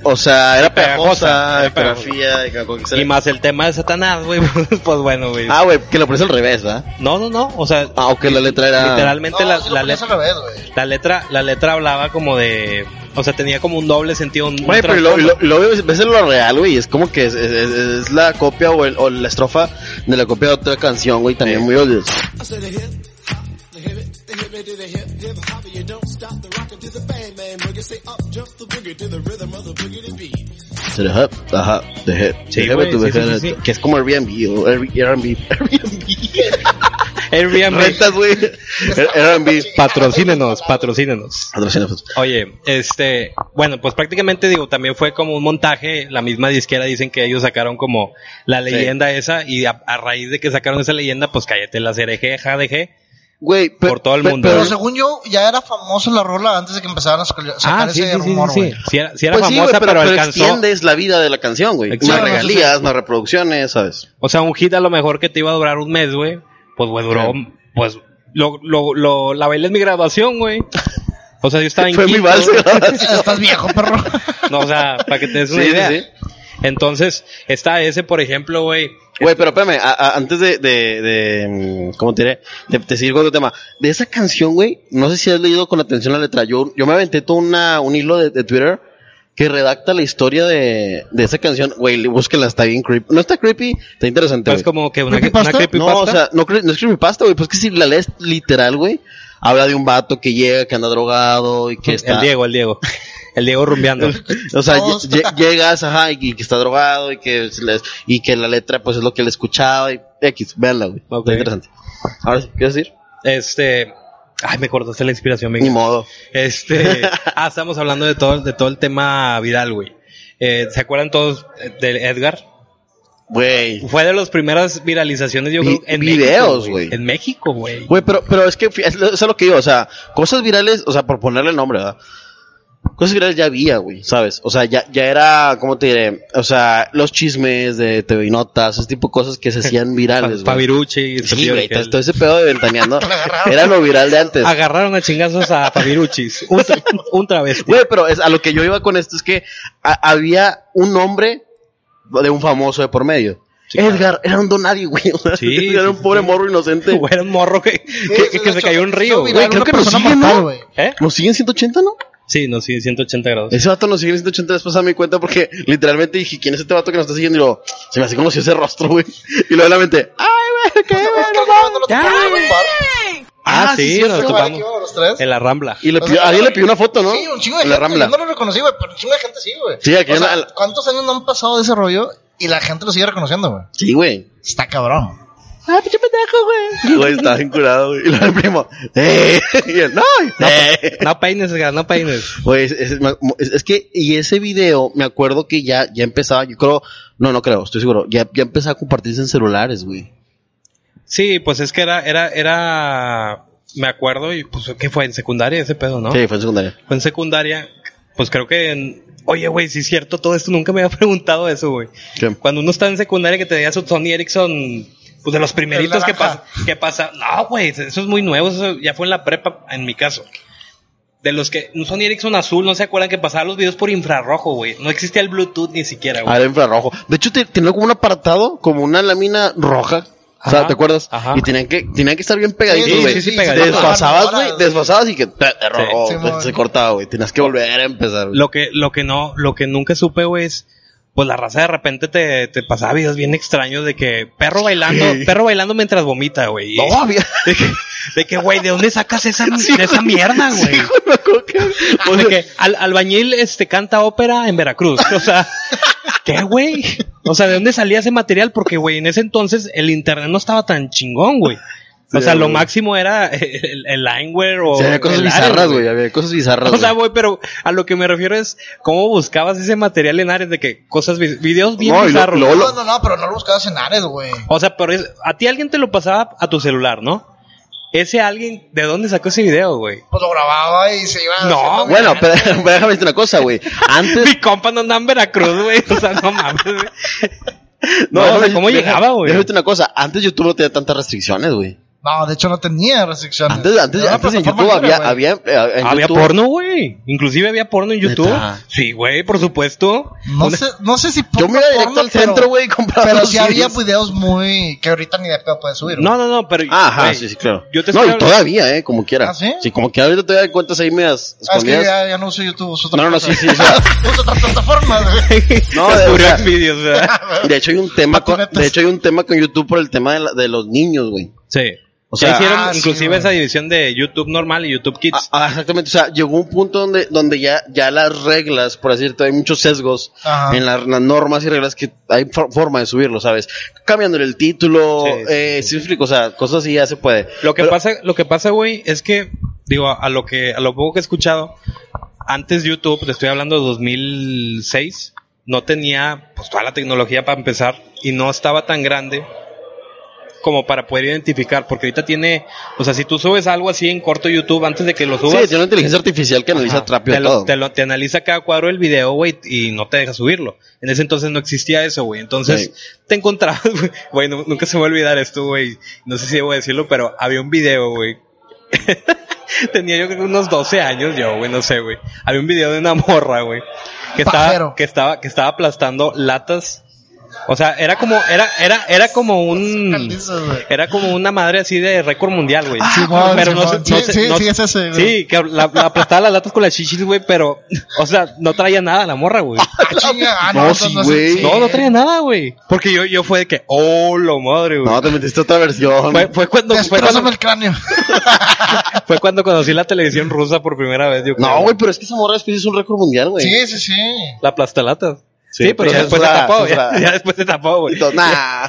Speaker 1: O sea, era pegajosa,
Speaker 2: pegajosa, era
Speaker 1: coreografía. y como que se-
Speaker 2: y más el tema de Satanás, güey, pues bueno, güey.
Speaker 1: Ah, güey, que lo pones al revés, ¿verdad?
Speaker 2: No, no, no, o sea,
Speaker 1: Ah, ok, la letra era.
Speaker 2: literalmente
Speaker 3: No,
Speaker 2: la,
Speaker 3: sí lo
Speaker 2: la
Speaker 3: ponías
Speaker 2: letra...
Speaker 3: al revés, güey.
Speaker 2: La letra, la letra hablaba como de... O sea, tenía como un doble sentido. un- un
Speaker 1: Güey, pero y lo,
Speaker 2: trasfondo.
Speaker 1: y lo, y lo ves ves en lo real, güey. y Es como que es, es- es- es la copia o, el- o la estrofa de la copia de otra canción, güey. También muy obvio. To the hub, ajá, the head.
Speaker 2: Sí,
Speaker 1: The head
Speaker 2: güey,
Speaker 1: to the
Speaker 2: sí, sí,
Speaker 1: head.
Speaker 2: sí, sí.
Speaker 1: Que es como Airbnb, o Air- Airbnb.
Speaker 2: Airbnb.
Speaker 1: Rentas, güey. Airbnb. pues.
Speaker 2: Patrocínenos, patrocínenos.
Speaker 1: Patrocínanos.
Speaker 2: Oye, este, bueno, pues prácticamente digo, también fue como un montaje, la misma disquera dicen que ellos sacaron como la leyenda esa y a, a raíz de que sacaron esa leyenda, pues cállate la cereje, jadeje.
Speaker 1: Güey, pe-
Speaker 2: Por todo el
Speaker 1: pe-
Speaker 2: mundo.
Speaker 1: Pero,
Speaker 3: Pero según yo, ya era famoso la rola antes de que empezaran a saca-
Speaker 2: Ah,
Speaker 3: sacar ese rumor, güey.
Speaker 2: Si era, sí era
Speaker 1: Pues sí,
Speaker 2: famosa,
Speaker 1: güey,
Speaker 2: pero, alcanzó,
Speaker 1: extiendes la vida de la canción, güey.
Speaker 2: Exacto.
Speaker 1: Más
Speaker 3: Sí,
Speaker 1: regalías, más reproducciones, ¿sabes?
Speaker 2: o sea, un hit a lo mejor que te iba a durar un mes, güey, pues güey, duró, pues, lo, lo, lo, la bailé en mi graduación, güey. O sea, yo estaba en
Speaker 1: Fue muy
Speaker 2: quinto.
Speaker 1: valse.
Speaker 3: Estás viejo, perro.
Speaker 2: No, o sea, para que te des una
Speaker 1: Sí, sí,
Speaker 2: idea.
Speaker 1: sí.
Speaker 2: Entonces, está ese, por ejemplo, güey,
Speaker 1: Güey, pero
Speaker 2: pues,
Speaker 1: espérame, a- a- antes de, de, de, mm, ¿cómo te diré? De, de seguir con otro tema. De esa canción, güey, no sé si has leído con atención la letra. Yo, yo me aventé todo una, un hilo de, de Twitter que redacta la historia de, de esa canción. Güey, le- búsquenla, está bien creepy. No está creepy, está interesante,
Speaker 2: pues
Speaker 1: güey.
Speaker 2: como que una,
Speaker 3: ¿Creepypasta?
Speaker 2: una creepypasta.
Speaker 1: No, o sea, no, cre- no es creepypasta, güey, pues que si la lees literal, güey, habla de un vato que llega, que anda drogado y que está...
Speaker 2: El Diego, el Diego. El Diego rumbeando.
Speaker 1: O sea,
Speaker 3: Todos.
Speaker 1: lle- lle- llegas, ajá, y, y que está drogado y que, se les- y que la letra pues es lo que él escuchaba y X, véanla, güey.
Speaker 2: Ok.
Speaker 1: Está interesante. Ahora sí, ¿qué vas a decir?
Speaker 2: Este. Ay, me cortaste la inspiración,
Speaker 1: Ni
Speaker 2: Miguel.
Speaker 1: modo.
Speaker 2: Este. ah, estamos hablando de todo, de todo el tema viral, güey. Eh, ¿Se acuerdan todos eh, de Edgar?
Speaker 1: Güey.
Speaker 2: Fue de las primeras viralizaciones, yo
Speaker 1: Vi-
Speaker 2: creo, en
Speaker 1: videos,
Speaker 2: México,
Speaker 1: güey.
Speaker 2: En México, güey.
Speaker 1: Güey, pero, pero es que fí- es lo, es a lo que digo, o sea, cosas virales, o sea, por ponerle el nombre, ¿verdad? Cosas virales ya había, güey, ¿sabes? O sea, ya, ya era, ¿cómo te diré? O sea, los chismes de TV y Notas, ese tipo de cosas que se hacían virales,
Speaker 2: Pa-
Speaker 1: güey.
Speaker 2: Fabirucci.
Speaker 1: Sí, güey, todo
Speaker 2: Sergio
Speaker 1: todo
Speaker 2: Orgel.
Speaker 1: ese pedo de ventaneando era lo viral de
Speaker 2: Ah,
Speaker 1: antes.
Speaker 2: Agarraron a chingazos a Fabiruchis. Un, tra- un travesti.
Speaker 1: Güey, pero es, a lo que yo iba con esto es que a- había un nombre de un famoso de por medio.
Speaker 2: Sí, claro.
Speaker 1: Edgar era un donadie, güey. O sea,
Speaker 2: Sí,
Speaker 1: era
Speaker 2: sí,
Speaker 1: un
Speaker 2: sí,
Speaker 1: pobre
Speaker 2: sí.
Speaker 1: morro inocente.
Speaker 2: Güey, era un morro que, que, que- que se cayó en un río, güey.
Speaker 1: viral. creo que nos siguen, ¿no?
Speaker 3: güey.
Speaker 2: ¿Eh?
Speaker 1: ¿Nos siguen 180, no?
Speaker 2: Sí, no, sí, 180 grados.
Speaker 1: Ese vato nos sigue en 180 después a mi cuenta porque literalmente dije, ¿quién es este vato que nos está siguiendo? Y luego, se me hace conocido ese rostro, güey. Y luego en la mente, ¡ay, güey, qué bueno!
Speaker 3: Es que alguien mandó los-
Speaker 2: Ya,
Speaker 3: Ah,
Speaker 2: güey.
Speaker 3: güey.
Speaker 1: Ah, sí,
Speaker 3: ¿Sí
Speaker 1: nos
Speaker 3: ese lugar que
Speaker 1: topamos.
Speaker 3: íbamos los tres?
Speaker 2: En la Rambla.
Speaker 1: Y le
Speaker 3: O
Speaker 1: pidió-
Speaker 3: sea,
Speaker 1: alguien le pidió una foto, ¿no?
Speaker 3: Sí, un chingo de
Speaker 1: En la
Speaker 3: gente.
Speaker 1: Rambla.
Speaker 3: Yo no lo reconocí, güey, pero un chingo de gente sí, güey.
Speaker 1: Sí, aquí
Speaker 3: O
Speaker 1: en
Speaker 3: sea,
Speaker 1: la-
Speaker 3: ¿Cuántos años no han pasado de ese rollo y la gente lo sigue reconociendo, güey?
Speaker 1: Sí, güey.
Speaker 3: Está cabrón.
Speaker 1: Güey, estaba bien curado, güey. Y luego el primo, ¡eh! Y él, ¡no!
Speaker 2: No,
Speaker 1: ¡eh!
Speaker 2: no peines, Edgar, no peines.
Speaker 1: Güey, Pues, es, es- es- es que, y ese video, me acuerdo que ya, ya empezaba, yo creo, no, no creo, estoy seguro, ya, ya empezaba a compartirse en celulares, güey.
Speaker 2: Sí, pues es que era, era, era, me acuerdo, y pues, ¿qué fue? En secundaria ese pedo, ¿no?
Speaker 1: Sí, fue en secundaria.
Speaker 2: Fue en secundaria, pues creo que en, oye, güey, sí es cierto, todo esto nunca me había preguntado eso, güey.
Speaker 1: ¿Qué?
Speaker 2: Cuando uno está en secundaria que tenía su Sony Ericsson, pues de los primeritos que,
Speaker 3: naranja.
Speaker 2: pas- que pasa. No, güey, eso es muy nuevo, eso ya fue en la prepa, en mi caso. De los que, un Sony Ericsson azul, no se acuerdan que pasaba los videos por infrarrojo, güey. No existía el Bluetooth ni siquiera,
Speaker 1: Ah,
Speaker 2: güey.
Speaker 1: era infrarrojo. De hecho, te- tenía como un apartado, como una lámina roja. O sea,
Speaker 2: Ajá,
Speaker 1: ¿te acuerdas?
Speaker 2: ajá.
Speaker 1: Y tenían que, tenían que estar bien pegaditos,
Speaker 2: Sí,
Speaker 1: güey.
Speaker 2: sí, sí,
Speaker 1: Te
Speaker 2: pegaditos.
Speaker 1: desfasabas, güey, desfasabas y que te, te rojo,
Speaker 3: Sí,
Speaker 1: te-
Speaker 3: Simón.
Speaker 1: se cortaba, güey. Tenías que volver a empezar, güey.
Speaker 2: Lo que, lo que no, lo que nunca supe, güey, es, pues la raza de repente te, te pasaba videos bien extraños de que perro bailando,
Speaker 1: Sí.
Speaker 2: perro bailando mientras vomita, güey. Y-
Speaker 1: No, había.
Speaker 2: De que- De que, güey, ¿de dónde sacas esa, de esa mierda, güey?
Speaker 1: me acuerdo que- o
Speaker 2: Ah, de
Speaker 1: sea,
Speaker 2: que al, albañil este, canta ópera en Veracruz. O sea, ¿qué, güey? O sea, ¿de dónde salía ese material? Porque, güey, en ese entonces el internet no estaba tan chingón, güey. O
Speaker 1: Sí,
Speaker 2: sea, lo
Speaker 1: güey.
Speaker 2: máximo era el, el Lineware o.
Speaker 1: sí, había cosas
Speaker 2: el
Speaker 1: bizarras,
Speaker 2: Ares,
Speaker 1: güey. Había cosas bizarras.
Speaker 2: O sea,
Speaker 1: güey.
Speaker 2: güey, pero a lo que me refiero es cómo buscabas ese material en Ares de que cosas, vi- videos bien
Speaker 1: No, y lo-
Speaker 2: bizarros.
Speaker 1: lo-
Speaker 2: güey.
Speaker 1: Hola.
Speaker 3: No, no, no, pero no lo buscabas en Ares, güey.
Speaker 2: O sea, pero es- a ti alguien te lo pasaba a tu celular, ¿no? Ese alguien, ¿de dónde sacó ese video, güey?
Speaker 3: Pues lo grababa y se iba.
Speaker 2: No,
Speaker 3: haciendo
Speaker 1: Bueno,
Speaker 3: viral,
Speaker 1: pero,
Speaker 3: güey.
Speaker 1: pero déjame decirte una cosa, güey. Antes.
Speaker 2: Mi compa no andaba en Veracruz, güey. O sea, no mames. güey.
Speaker 1: déjame
Speaker 2: No, o sea,
Speaker 1: decir-
Speaker 2: ¿cómo
Speaker 1: deja-
Speaker 2: llegaba, güey?
Speaker 1: Déjame decirte una cosa. Antes YouTube no tenía tantas restricciones, güey.
Speaker 3: No, de hecho no tenía restricciones.
Speaker 1: Antes, antes,
Speaker 3: Era una
Speaker 1: antes en
Speaker 3: plataforma
Speaker 1: YouTube
Speaker 3: libre,
Speaker 1: había,
Speaker 3: güey.
Speaker 1: había, eh, en
Speaker 2: Había
Speaker 1: YouTube-
Speaker 2: porno, güey. Inclusive había porno en YouTube.
Speaker 1: ¿Neta?
Speaker 2: Sí, güey, por supuesto.
Speaker 3: No
Speaker 2: Una-
Speaker 3: sé, no sé si.
Speaker 1: Yo me iba directo
Speaker 3: porno,
Speaker 1: al
Speaker 3: pero-
Speaker 1: centro, güey, y compraba
Speaker 3: Pero
Speaker 1: los
Speaker 3: sí había
Speaker 1: CDs.
Speaker 3: pues, videos muy. que ahorita ni de pedo puedes subir.
Speaker 2: No, no, no, pero...
Speaker 1: Ah, Ajá,
Speaker 2: güey,
Speaker 1: sí, sí, claro.
Speaker 2: Yo te
Speaker 1: no, y
Speaker 2: estoy hablando-
Speaker 1: todavía, eh, como quiera.
Speaker 3: ¿Ah, sí?
Speaker 1: como quiera, ahorita todavía encuentras ahí medias
Speaker 3: Ah, es que
Speaker 1: escondidas.
Speaker 3: ya, ya no uso YouTube, uso otra
Speaker 1: No, no, no,
Speaker 3: cosa.
Speaker 1: sí, sí, o sea.
Speaker 3: Uso otras plataformas, güey.
Speaker 1: No,
Speaker 2: Las
Speaker 1: de, o sea,
Speaker 2: puras videos, ¿verdad?
Speaker 1: de hecho hay un tema con, de hecho hay un tema con YouTube por el tema de, la- de los niños, güey.
Speaker 2: Sí.
Speaker 1: O
Speaker 2: O
Speaker 1: sea-
Speaker 2: sea, hicieron
Speaker 3: Ah, sí,
Speaker 2: inclusive
Speaker 3: güey.
Speaker 2: esa división de YouTube normal y YouTube Kids.
Speaker 1: Ah, ah, exactamente, o sea, llegó un punto donde, donde ya, ya las reglas, por así decirlo, hay muchos sesgos
Speaker 3: Ajá.
Speaker 1: en la- las normas y reglas que hay for- forma de subirlo, ¿sabes? Cambiándole el título,
Speaker 2: Sí, sí,
Speaker 1: eh, sí, me explico, o sea, cosas así ya se puede.
Speaker 2: Lo que
Speaker 1: ah, Pero-
Speaker 2: pasa, lo que pasa, güey, es que digo a lo que a lo poco que he escuchado antes YouTube, te estoy hablando de 2006, no tenía pues toda la tecnología para empezar y no estaba tan grande como para poder identificar, porque ahorita tiene, o sea, si tú subes algo así en corto YouTube antes de que lo subas,
Speaker 1: Sí, tiene una inteligencia artificial que analiza
Speaker 2: Ajá.
Speaker 1: rápido
Speaker 2: te, lo-
Speaker 1: todo.
Speaker 2: te lo- te analiza cada cuadro del video, güey, y no te deja subirlo. En ese entonces no existía eso, güey. Entonces te encontrabas, güey, güey, nu- nunca se me va a olvidar esto, güey. No sé si debo decirlo, pero había un video, güey. Tenía yo creo que unos 12 años yo, güey, no sé, güey. Había un video de una morra, güey, que estaba
Speaker 3: Pajero.
Speaker 2: que estaba que estaba aplastando latas. O sea, era como era era era como un
Speaker 3: Calizas, güey.
Speaker 2: era como una madre así de récord mundial, güey.
Speaker 3: Ah, Simón,
Speaker 2: pero no
Speaker 3: Simón.
Speaker 2: sé- no
Speaker 3: Sí,
Speaker 2: sé-
Speaker 3: sí,
Speaker 2: no-
Speaker 3: sí, es ese, güey.
Speaker 2: Sí, que la, la aplastaba las latas con las chichis, güey, pero, o sea, no traía nada la morra, güey.
Speaker 3: Ah, chinga, ah,
Speaker 1: No,
Speaker 3: no, entonces
Speaker 1: sí,
Speaker 3: no es-
Speaker 1: güey.
Speaker 3: sí.
Speaker 2: No, no traía nada, güey. Porque yo, yo fue de que, oh, lo madre, güey.
Speaker 1: No, te metiste a otra versión.
Speaker 2: Fue, fue cuando, fue
Speaker 3: Destrózame
Speaker 2: cuando,
Speaker 3: el cráneo.
Speaker 2: fue cuando conocí la televisión rusa por primera vez, yo creo.
Speaker 1: No, güey, pero es que esa morra después hizo un récord mundial, güey.
Speaker 3: Sí, sí, sí.
Speaker 2: La aplastalatas.
Speaker 1: Sí,
Speaker 2: Sí, pero
Speaker 1: pues
Speaker 2: ya
Speaker 1: ya
Speaker 2: después
Speaker 1: es
Speaker 2: se
Speaker 1: la-
Speaker 2: tapó,
Speaker 1: es la-
Speaker 2: ya, ya después se tapó, güey.
Speaker 1: Entonces, nah.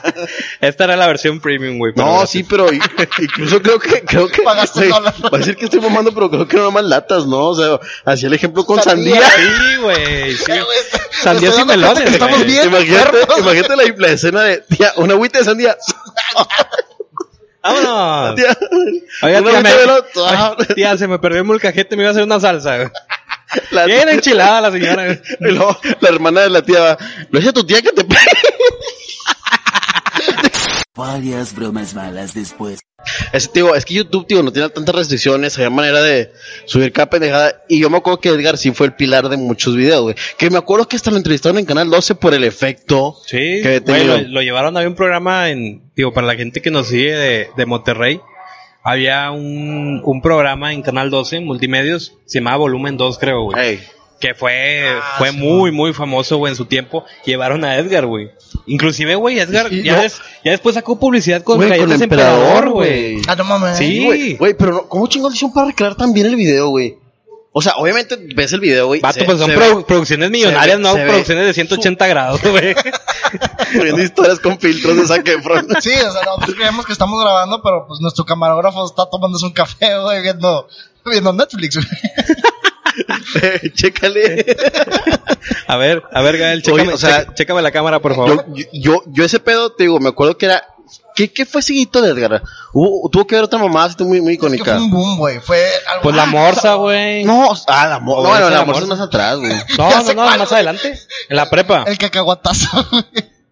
Speaker 2: Esta era la versión premium, güey. pero
Speaker 1: No,
Speaker 2: gracias.
Speaker 1: sí, pero i- incluso creo que, creo que,
Speaker 3: Pagaste
Speaker 1: güey,
Speaker 3: el dólar.
Speaker 1: va a decir que estoy mamando, pero creo que no más latas, ¿no? O sea, así el ejemplo con
Speaker 3: Sandía.
Speaker 1: sandía.
Speaker 2: Sí, güey. sí.
Speaker 3: Eh, güey, está-
Speaker 2: Sandías
Speaker 3: estoy
Speaker 2: y
Speaker 3: dando cuenta
Speaker 2: melones,
Speaker 3: que Estamos
Speaker 2: güey.
Speaker 3: bien.
Speaker 1: Imagínate,
Speaker 3: enfermos.
Speaker 1: imagínate la, la escena de, tía, una agüita de sandía.
Speaker 2: Vámonos.
Speaker 1: Tía,
Speaker 2: Ah. Oiga,
Speaker 1: una
Speaker 2: tía, me-
Speaker 1: agüita de melón. Ah,
Speaker 2: Ay, tía, se me perdió el molcajete, me iba a hacer una salsa, güey.
Speaker 1: la-
Speaker 2: Bien enchilada la señora, güey.
Speaker 1: y luego la hermana de la tía va, lo dice tu tía que te pegue.
Speaker 4: Varias bromas malas después.
Speaker 1: Es, tío, es que YouTube, tío, no tiene tantas restricciones, había manera de subir cada pendejada. Y yo me acuerdo que Edgar sí fue el pilar de muchos videos, güey. Que me acuerdo que hasta lo entrevistaron en Canal 12 por el efecto.
Speaker 2: Sí,
Speaker 1: que había
Speaker 2: güey,
Speaker 1: tenido.
Speaker 2: lo, lo llevaron, había un programa en, digo, para la gente que nos sigue de, de Monterrey, había un, un programa en Canal 12, en Multimedios, se llamaba Volumen 2, creo, güey.
Speaker 1: Ey,
Speaker 2: Que fue,
Speaker 3: Ah,
Speaker 2: fue
Speaker 3: sí,
Speaker 2: muy, muy famoso, güey, en su tiempo. Llevaron a Edgar, güey. Inclusive, güey, Edgar
Speaker 5: Sí,
Speaker 2: ya,
Speaker 5: no.
Speaker 2: des- ya después sacó publicidad con
Speaker 5: Güey,
Speaker 2: Galletas Emperador, güey.
Speaker 3: Ah, no mames.
Speaker 2: Sí.
Speaker 1: Sí, güey. Güey, pero no, ¿cómo chingón le hicieron para recrear tan bien el video, güey? O sea, obviamente ves el video, güey.
Speaker 2: Vato,
Speaker 1: se-
Speaker 2: pues son
Speaker 1: se
Speaker 2: produ-
Speaker 1: ve
Speaker 2: producciones millonarias,
Speaker 1: se
Speaker 2: no
Speaker 1: ve
Speaker 2: producciones de 180 grados, güey.
Speaker 1: poniendo historias con filtros de Zac Efron.
Speaker 3: Sí, o sea, nosotros creemos que estamos grabando, pero pues nuestro camarógrafo está tomándose un café, güey, viendo, viendo Netflix, güey.
Speaker 1: Eh, Chécale.
Speaker 2: A ver, a ver, Gael,
Speaker 1: Oye,
Speaker 2: chécame,
Speaker 1: o sea,
Speaker 2: checa- chécame la cámara, por favor.
Speaker 1: Yo, yo, yo ese pedo, te digo, me acuerdo que era... ¿Qué, qué fue seguito de Edgar? Hubo- tuvo que ver otra mamada así muy, muy
Speaker 3: Es que fue
Speaker 1: icónica.
Speaker 3: un boom, güey. Fue algo.
Speaker 2: pues la morsa, güey.
Speaker 1: Ah,
Speaker 2: No,
Speaker 1: No, o sea, ah, la
Speaker 2: O
Speaker 1: morsa. No, bueno,
Speaker 2: esa
Speaker 1: la
Speaker 2: la
Speaker 1: morsa es
Speaker 2: morsa.
Speaker 1: más atrás, güey.
Speaker 2: no,
Speaker 3: ya
Speaker 2: no, más
Speaker 3: sé cuál, güey.
Speaker 2: adelante. En la prepa.
Speaker 3: El cacahuatazo, güey.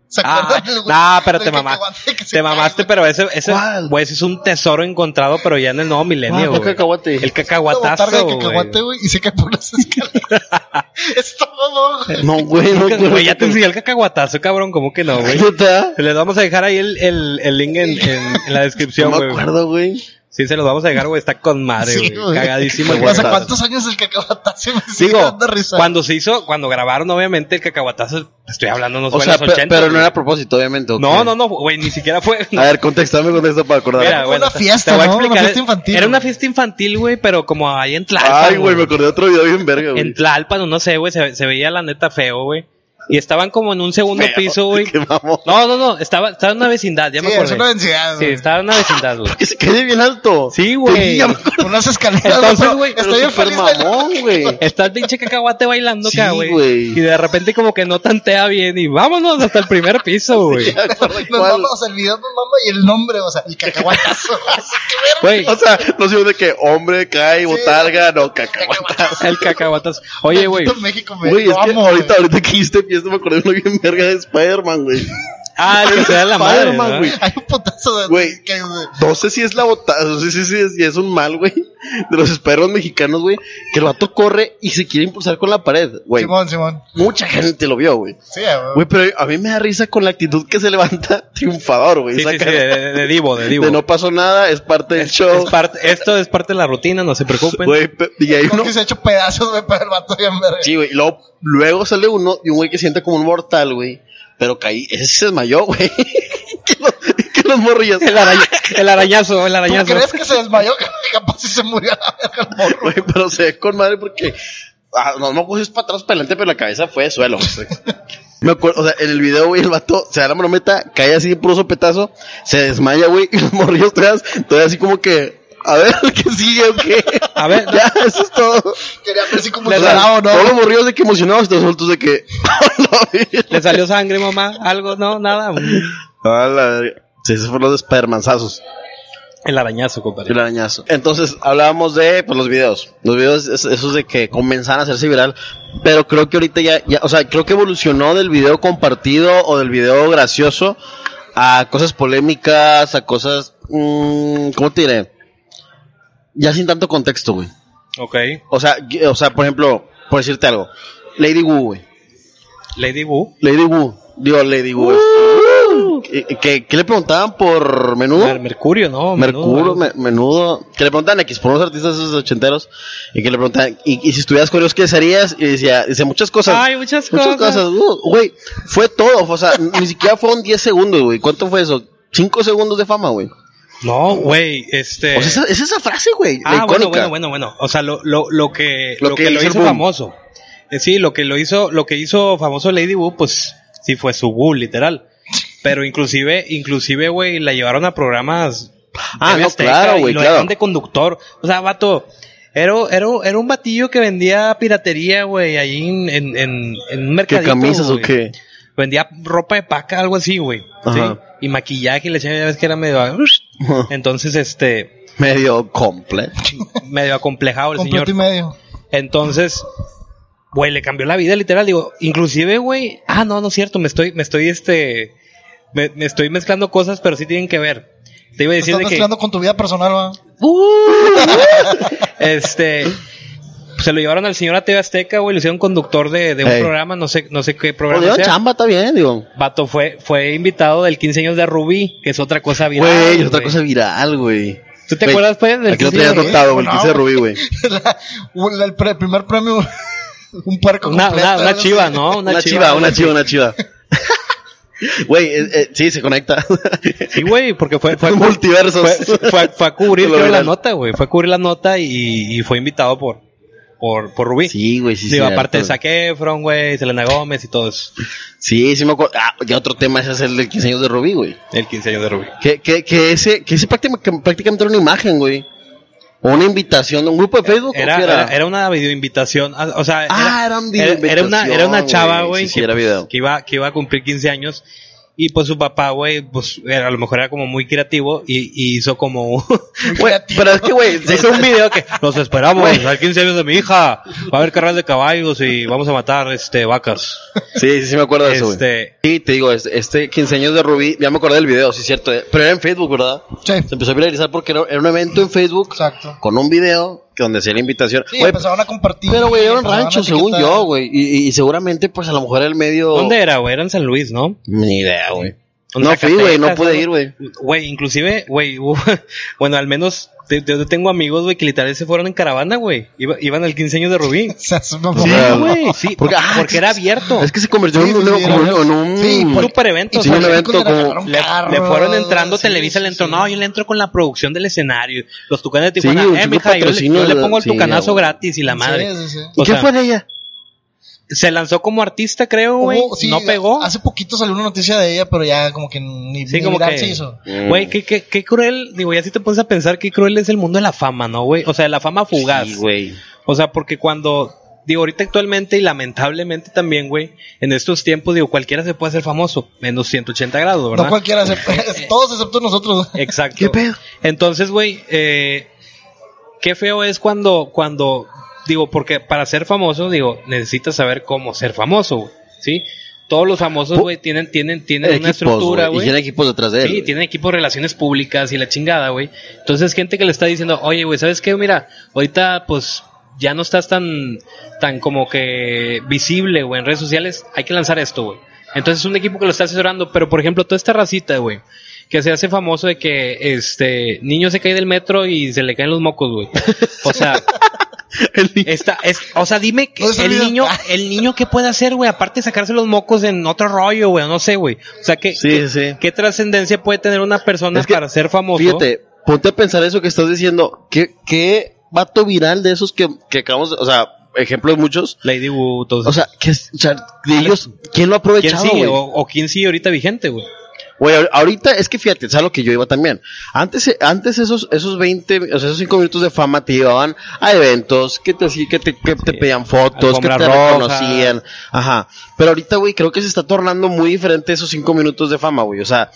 Speaker 3: ¿Se
Speaker 2: Ah,
Speaker 3: acuerdan del güey?
Speaker 2: no, pero te
Speaker 3: Del
Speaker 2: mamá,
Speaker 3: cacahuate que se
Speaker 2: te mamaste,
Speaker 3: cae, güey?
Speaker 2: pero ese, ese,
Speaker 1: ¿Cuál?
Speaker 2: güey, ese es un tesoro encontrado, pero ya en el nuevo milenio,
Speaker 1: ¿Cuál? ¿Cuál
Speaker 2: güey.
Speaker 1: Ah, cacahuate?
Speaker 2: El
Speaker 3: Una botarga
Speaker 2: cacahuatazo,
Speaker 3: de cacahuate,
Speaker 2: güey.
Speaker 3: güey, y se cae por las escaleras. es todo, güey.
Speaker 1: No, güey, no.
Speaker 2: Nunca- Güey, ya te enseñé el cacahuatazo, cabrón, ¿cómo que no, güey?
Speaker 1: ¿Neta?
Speaker 2: Les vamos a dejar ahí el, el, el link en, en- en la
Speaker 1: No
Speaker 2: descripción,
Speaker 1: me
Speaker 2: güey. Pues
Speaker 1: acuerdo, güey.
Speaker 2: Sí, se los vamos a dejar, güey, está con madre,
Speaker 3: Sí,
Speaker 2: güey.
Speaker 3: güey.
Speaker 2: Cagadísimo el
Speaker 1: Güey,
Speaker 3: ¿Hace
Speaker 1: Cacahuatazo.
Speaker 3: cuántos años el cacahuatazo? Me sigue
Speaker 2: Digo,
Speaker 3: dando risa.
Speaker 2: cuando se hizo, cuando grabaron, obviamente, el cacahuatazo, estoy hablando, no
Speaker 1: O
Speaker 2: fue
Speaker 1: sea,
Speaker 2: en los
Speaker 1: pe-
Speaker 2: 80.
Speaker 1: pero no
Speaker 2: güey.
Speaker 1: era a propósito, obviamente. ¿o
Speaker 2: No,
Speaker 1: qué?
Speaker 2: no, no, güey, ni siquiera fue.
Speaker 1: A ver, contéstame con esto para acordar.
Speaker 2: Mira,
Speaker 3: Fue
Speaker 2: bueno,
Speaker 3: una
Speaker 2: te-
Speaker 3: fiesta,
Speaker 2: te voy a
Speaker 3: ¿no? Una
Speaker 2: explicar.
Speaker 3: fiesta infantil,
Speaker 2: Era una
Speaker 3: güey.
Speaker 2: fiesta infantil, güey, pero como ahí en Tlalpan.
Speaker 1: Ay, güey, me acordé de otro video bien verga, güey.
Speaker 2: En Tlalpan, o no sé, güey, se, se veía la neta feo, güey. Y estaban como en un segundo
Speaker 1: Feo,
Speaker 2: piso, güey.
Speaker 1: Qué mamón.
Speaker 2: No, no, no, estaba, estaba en una vecindad, ya
Speaker 3: Sí,
Speaker 2: me
Speaker 3: es
Speaker 2: acordé.
Speaker 3: una densidad,
Speaker 2: Sí,
Speaker 3: güey.
Speaker 2: estaba en una vecindad, güey.
Speaker 1: Que se cae bien alto.
Speaker 2: Sí, güey.
Speaker 1: Ya me acuerdo,
Speaker 3: Por unas escaleras.
Speaker 2: Entonces,
Speaker 3: güey,
Speaker 2: güey,
Speaker 1: pero
Speaker 3: Estoy bien
Speaker 1: súper
Speaker 3: feliz de
Speaker 1: mamón, güey.
Speaker 2: Está el pinche cacahuate bailando
Speaker 1: Sí,
Speaker 2: acá, güey.
Speaker 1: güey.
Speaker 2: Y de repente como que no tantea bien y vámonos hasta el primer piso, güey.
Speaker 1: Ya me acuerdo
Speaker 3: Nos
Speaker 1: cuál.
Speaker 3: mama, o sea, el video nos mama y el nombre, o sea, el cacahuatazo. Qué verga.
Speaker 2: Güey,
Speaker 1: O sea, no sé de que hombre cae, botarga, no, cacahuata.
Speaker 2: el cacahuatazo. Oye, güey.
Speaker 3: Bendito México, me
Speaker 1: Güey, es
Speaker 3: lo
Speaker 1: que
Speaker 3: amo,
Speaker 1: ahorita,
Speaker 3: güey.
Speaker 1: ahorita que hiciste fiesta me acordé de uno bien verga de Spider-Man, güey.
Speaker 2: Ah, el que se da la madre,
Speaker 1: Spider-Man,
Speaker 2: ¿verdad?
Speaker 1: güey.
Speaker 3: Hay un putazo de.
Speaker 1: Güey.
Speaker 3: que, güey,
Speaker 1: No sé si es la botada, no sé si es, si es un mal, güey, de los Spider-Man mexicanos, güey, que el vato corre y se quiere impulsar con la pared, güey.
Speaker 3: Simón, Simón.
Speaker 1: Mucha gente lo vio, güey.
Speaker 3: Sí, güey.
Speaker 1: Güey, pero a mí me da risa con la actitud que se levanta triunfador, güey.
Speaker 2: Sí,
Speaker 1: Esa
Speaker 2: sí, sí,
Speaker 1: cara
Speaker 2: de, de- de divo, de divo.
Speaker 1: de no pasó nada, es parte del show.
Speaker 2: Es parte- esto es parte de la rutina, no se preocupen.
Speaker 1: Güey, pe- y hay
Speaker 3: Como
Speaker 1: uno.
Speaker 3: que se ha hecho pedazos, güey, pero el vato bien verga.
Speaker 1: Sí, güey. y Luego, luego sale uno y un güey que siente como un mortal, güey. Pero caí, ese sí se desmayó, güey. que, los, que los morrillos.
Speaker 2: El, araña- el arañazo, el
Speaker 3: ¿Tú
Speaker 2: arañazo.
Speaker 3: crees que se desmayó? Capaz si se murió a la verga el morro.
Speaker 1: Güey, pero se ve con madre porque. ah, no me acuerdo si es para atrás o para adelante, pero la cabeza fue de suelo. güey. Me acuerdo, o sea, en el video, güey, el vato se da la marometa, cae así de puro sopetazo, se desmaya, güey, y los morrillos todas, todas así como que, a ver, ¿qué sigue o qué?
Speaker 2: A ver, no.
Speaker 1: ya, eso es todo.
Speaker 3: Quería ver si como
Speaker 1: O
Speaker 3: se
Speaker 1: sea,
Speaker 3: daba o no.
Speaker 1: Todos los morrillos de que emocionados están sueltos de que.
Speaker 2: ¿Le salió sangre, mamá? ¿Algo? No, nada.
Speaker 1: A la verga. Sí, esos fueron los Spidermanzazos.
Speaker 2: El arañazo, compadre.
Speaker 1: El arañazo. Entonces, hablábamos de pues, los videos. Los videos, es- esos de que comenzaron a hacerse viral. Pero creo que ahorita ya, ya, o sea, creo que evolucionó del video compartido o del video gracioso a cosas polémicas, a cosas. mm, ¿Cómo te diré? Ya sin tanto contexto, güey.
Speaker 2: Ok.
Speaker 1: O sea, gui- o sea, por ejemplo, por decirte algo. Lady Wu, güey.
Speaker 2: Lady Wu.
Speaker 1: Lady Wu. Digo, Lady Wu. ¿Qué, qué, qué le preguntaban por menudo?
Speaker 2: Mer- Mercurio, ¿no?
Speaker 1: Mercurio,
Speaker 2: Menudo.
Speaker 1: me- menudo. Que le preguntan X por unos artistas esos ochenteros. Y que le preguntan, ¿y, y si estuvieras con ellos qué serías? Y decía, dice muchas cosas.
Speaker 2: Ay, muchas cosas.
Speaker 1: Uh, güey, fue todo. O sea, ni siquiera fueron 10 segundos, güey. ¿Cuánto fue eso? 5 segundos de fama, güey.
Speaker 2: No, güey, este...
Speaker 1: O sea, esa- es esa frase, güey. la
Speaker 2: ah, bueno,
Speaker 1: icónica.
Speaker 2: bueno, bueno, bueno. O sea, lo, lo, lo que lo,
Speaker 1: Lo
Speaker 2: que
Speaker 1: que
Speaker 2: lo
Speaker 1: hizo el
Speaker 2: hizo
Speaker 1: boom.
Speaker 2: famoso. Eh, sí, lo que lo hizo, lo que hizo famoso Lady Wu, pues sí fue su Wu, literal. Pero inclusive, inclusive, güey, la llevaron a programas.
Speaker 1: Ah,
Speaker 2: TV
Speaker 1: no,
Speaker 2: Azteca
Speaker 1: claro,
Speaker 2: y
Speaker 1: güey,
Speaker 2: lo
Speaker 1: claro.
Speaker 2: dejaron de conductor. O sea, vato. Era, era, era un batillo que vendía piratería, güey, ahí en, en, en, en un
Speaker 1: ¿Qué
Speaker 2: mercadito.
Speaker 1: camisas o
Speaker 2: güey.
Speaker 1: qué?
Speaker 2: Vendía ropa de paca, algo así, güey. ¿sí?
Speaker 1: Ajá.
Speaker 2: Y maquillaje, y le decía, ya ves que era medio... Entonces, este
Speaker 1: Medio completo.
Speaker 2: medio acomplejado el
Speaker 3: Completo y
Speaker 2: señor.
Speaker 3: medio.
Speaker 2: Entonces, güey, le cambió la vida literal. Digo, inclusive, güey, ah, no, no es cierto, me estoy, me estoy, este, me, me estoy mezclando cosas, pero sí tienen que ver. Te iba a
Speaker 3: Te
Speaker 2: decir
Speaker 3: estás
Speaker 2: de que,
Speaker 3: mezclando con tu vida personal, va.
Speaker 2: este, se lo llevaron al señor a TV Azteca, güey, lo hicieron conductor de, de un
Speaker 1: Ey.
Speaker 2: programa, no sé, no sé qué
Speaker 1: Pero
Speaker 2: programa. sea.
Speaker 1: Pues, chamba, está bien, digo.
Speaker 2: Vato fue, fue invitado del 15 años de Rubí, que es otra cosa viral.
Speaker 1: Güey, es otra
Speaker 2: güey.
Speaker 1: cosa viral, güey.
Speaker 2: ¿Tú te
Speaker 1: Güey,
Speaker 2: acuerdas, pues, del
Speaker 1: Aquí lo
Speaker 2: 15
Speaker 1: tenía
Speaker 2: años de-
Speaker 1: anotado, güey.
Speaker 3: No,
Speaker 1: El 15 de Rubí, güey.
Speaker 3: La- el, pre- primer premio Un puerco
Speaker 2: Una,
Speaker 3: completo,
Speaker 2: una, una
Speaker 3: algo así.
Speaker 2: chiva, ¿no?
Speaker 1: Una, chiva, una chiva, una chiva. Güey, eh, eh, sí, se conecta.
Speaker 2: Sí, güey, porque fue, fue,
Speaker 1: Fue multiversos.
Speaker 2: fue, fue- fue a cubrir
Speaker 1: Lo
Speaker 2: creo, la
Speaker 1: verás.
Speaker 2: nota, güey. Fue a cubrir la nota y, y fue invitado por, por, por Rubí.
Speaker 1: Sí, güey, sí, sí.
Speaker 2: Digo, aparte de Zac Efron, güey, Selena Gómez y todo eso.
Speaker 1: Sí, sí me acuerdo. Ah, y otro tema ese es el del 15 años de Rubí, güey.
Speaker 2: El 15 años de Rubí.
Speaker 1: Que, que, que ese, que ese práctima- que prácticamente era una imagen, güey. O una invitación de un grupo de Facebook. ¿o
Speaker 2: Era,
Speaker 1: qué
Speaker 2: era, era una videoinvitación. ah, O sea,
Speaker 1: Ah, era un video
Speaker 2: era- era una, era una chava, güey,
Speaker 1: Sí, sí,
Speaker 2: que,
Speaker 1: era
Speaker 2: pues,
Speaker 1: video.
Speaker 2: que iba, que iba a cumplir 15 años. Y pues su papá, güey, pues era- a lo mejor era como muy creativo y, y hizo como un-
Speaker 1: Güey, pero es que, güey, sí,
Speaker 2: hizo un video que nos esperamos
Speaker 1: Güey.
Speaker 2: al 15 años de mi hija. Va a haber carreras de caballos y vamos a matar este vacas.
Speaker 1: sí, sí, sí me acuerdo de eso, güey.
Speaker 2: Este,
Speaker 1: Sí, te digo, este, este 15 años de Rubí, ya me acordé del video, sí, cierto. eh, Pero era en Facebook, ¿verdad? Se
Speaker 3: Sí,
Speaker 1: empezó a viralizar porque era, era un evento en Facebook
Speaker 3: exacto.
Speaker 1: con un video que donde hacía la invitación.
Speaker 3: Sí,
Speaker 1: Güey,
Speaker 3: empezaron a compartir.
Speaker 1: pero, güey, era un
Speaker 3: empezaron a
Speaker 1: rancho, según
Speaker 3: etiquetar.
Speaker 1: yo, güey. Y, y- y seguramente, pues, a lo mejor el medio...
Speaker 2: ¿Dónde era, güey? Era en San Luis, ¿no?
Speaker 1: Ni idea, güey.
Speaker 2: En
Speaker 1: No fui, güey, no
Speaker 2: Zacatecas,
Speaker 1: pude ir, güey.
Speaker 2: Güey, inclusive, güey, hubo- bueno, al menos te- te- yo tengo amigos, güey, que literal se fueron en caravana, güey. Iba- iban al 15 años de Rubí.
Speaker 3: O sea, es una
Speaker 1: Sí,
Speaker 3: mamada.
Speaker 1: güey.
Speaker 2: sí.
Speaker 1: Porque-
Speaker 2: Porque,
Speaker 1: ah, es-
Speaker 2: era abierto.
Speaker 1: Es que se convirtió en
Speaker 3: Sí,
Speaker 1: un,
Speaker 3: sí,
Speaker 1: como
Speaker 3: era-
Speaker 1: un- en un-
Speaker 3: sí,
Speaker 2: un super evento.
Speaker 1: Sí,
Speaker 2: o sea,
Speaker 1: un
Speaker 3: película
Speaker 1: evento
Speaker 3: le
Speaker 1: como-
Speaker 3: regalaron
Speaker 2: le,
Speaker 3: carros,
Speaker 2: le fueron entrando,
Speaker 3: sí,
Speaker 2: Televisa le
Speaker 3: sí,
Speaker 2: entró,
Speaker 3: sí.
Speaker 2: no, yo le entro con la producción del escenario, los tucanes de
Speaker 1: Sí,
Speaker 2: Tijuana,
Speaker 1: un
Speaker 2: eh,
Speaker 1: chico
Speaker 2: mija, yo, le-
Speaker 1: patrocinio,
Speaker 2: yo le pongo el
Speaker 1: sí,
Speaker 2: tucanazo
Speaker 1: güey.
Speaker 2: gratis y la madre.
Speaker 3: Sí, sí, sí.
Speaker 1: ¿Y
Speaker 2: O
Speaker 1: qué
Speaker 2: sea,
Speaker 1: fue de ella?
Speaker 2: Se lanzó como artista, creo, güey,
Speaker 3: Hubo- sí,
Speaker 2: no pegó.
Speaker 3: Hace poquito salió una noticia de ella, pero ya como que ni,
Speaker 2: Sí,
Speaker 3: ni
Speaker 2: como
Speaker 3: viral
Speaker 2: que-
Speaker 3: se hizo.
Speaker 1: Mm,
Speaker 2: Güey, qué, qué, qué cruel, digo, ya si te pones a pensar qué cruel es el mundo de la fama, ¿no, güey? O sea, de la fama fugaz.
Speaker 1: Sí, güey.
Speaker 2: O sea, porque cuando, digo, ahorita actualmente y lamentablemente también, güey, en estos tiempos, digo, cualquiera se puede hacer famoso, menos 180 grados, ¿verdad?
Speaker 3: No cualquiera, se- todos excepto nosotros.
Speaker 2: Exacto.
Speaker 1: ¿Qué pedo?
Speaker 2: Entonces, güey, eh, qué feo es cuando, cuando, digo, porque para ser famoso, digo, necesitas saber cómo ser famoso, güey, ¿sí? Todos los famosos,
Speaker 1: Pu-
Speaker 2: güey, tienen, tienen, tienen una
Speaker 1: Equipos,
Speaker 2: estructura,
Speaker 1: güey. Y
Speaker 2: güey.
Speaker 1: tiene equipos detrás de él.
Speaker 2: Sí,
Speaker 1: güey.
Speaker 2: tienen equipo de relaciones públicas y la chingada, güey. Entonces, gente que le está diciendo, oye, güey, ¿sabes qué? Mira, ahorita, pues, ya no estás tan, tan como que visible, güey, en redes sociales. Hay que lanzar esto, güey. Entonces, es un equipo que lo está asesorando. Pero, por ejemplo, toda esta racita, güey, que se hace famoso de que, este, niño se cae del metro y se le caen los mocos, güey. O sea, esta, es, o sea, dime que
Speaker 3: No se
Speaker 2: el
Speaker 3: olvida.
Speaker 2: niño, el niño qué puede hacer, güey, aparte de sacarse los mocos en otro rollo, güey, no sé, güey. O sea, que,
Speaker 1: Sí, sí.
Speaker 2: ¿Qué trascendencia puede tener una persona
Speaker 1: Es que,
Speaker 2: para ser famoso?
Speaker 1: Fíjate, ponte a pensar eso que estás diciendo. ¿Qué, qué vato viral de esos que, que acabamos de, o sea, ejemplo de muchos?
Speaker 2: Lady Wu, todos.
Speaker 1: O sea, que, es- o sea, de ellos, ¿quién lo ha
Speaker 2: ¿quién
Speaker 1: aprovechado,
Speaker 2: sigue?
Speaker 1: güey?
Speaker 2: O, o quién sigue ahorita vigente, güey?
Speaker 1: Güey, ahor- ahorita es que fíjate, es a lo que yo iba también. Antes, eh, antes esos, esos 20, o sea, esos 5 minutos de fama te llevaban a eventos, que te, así- que te, que te pedían fotos, que
Speaker 2: Alfombra
Speaker 1: te
Speaker 2: roja.
Speaker 1: reconocían. Ajá. Pero ahorita, güey, creo que se está tornando muy diferente esos 5 minutos de fama, güey. O sea,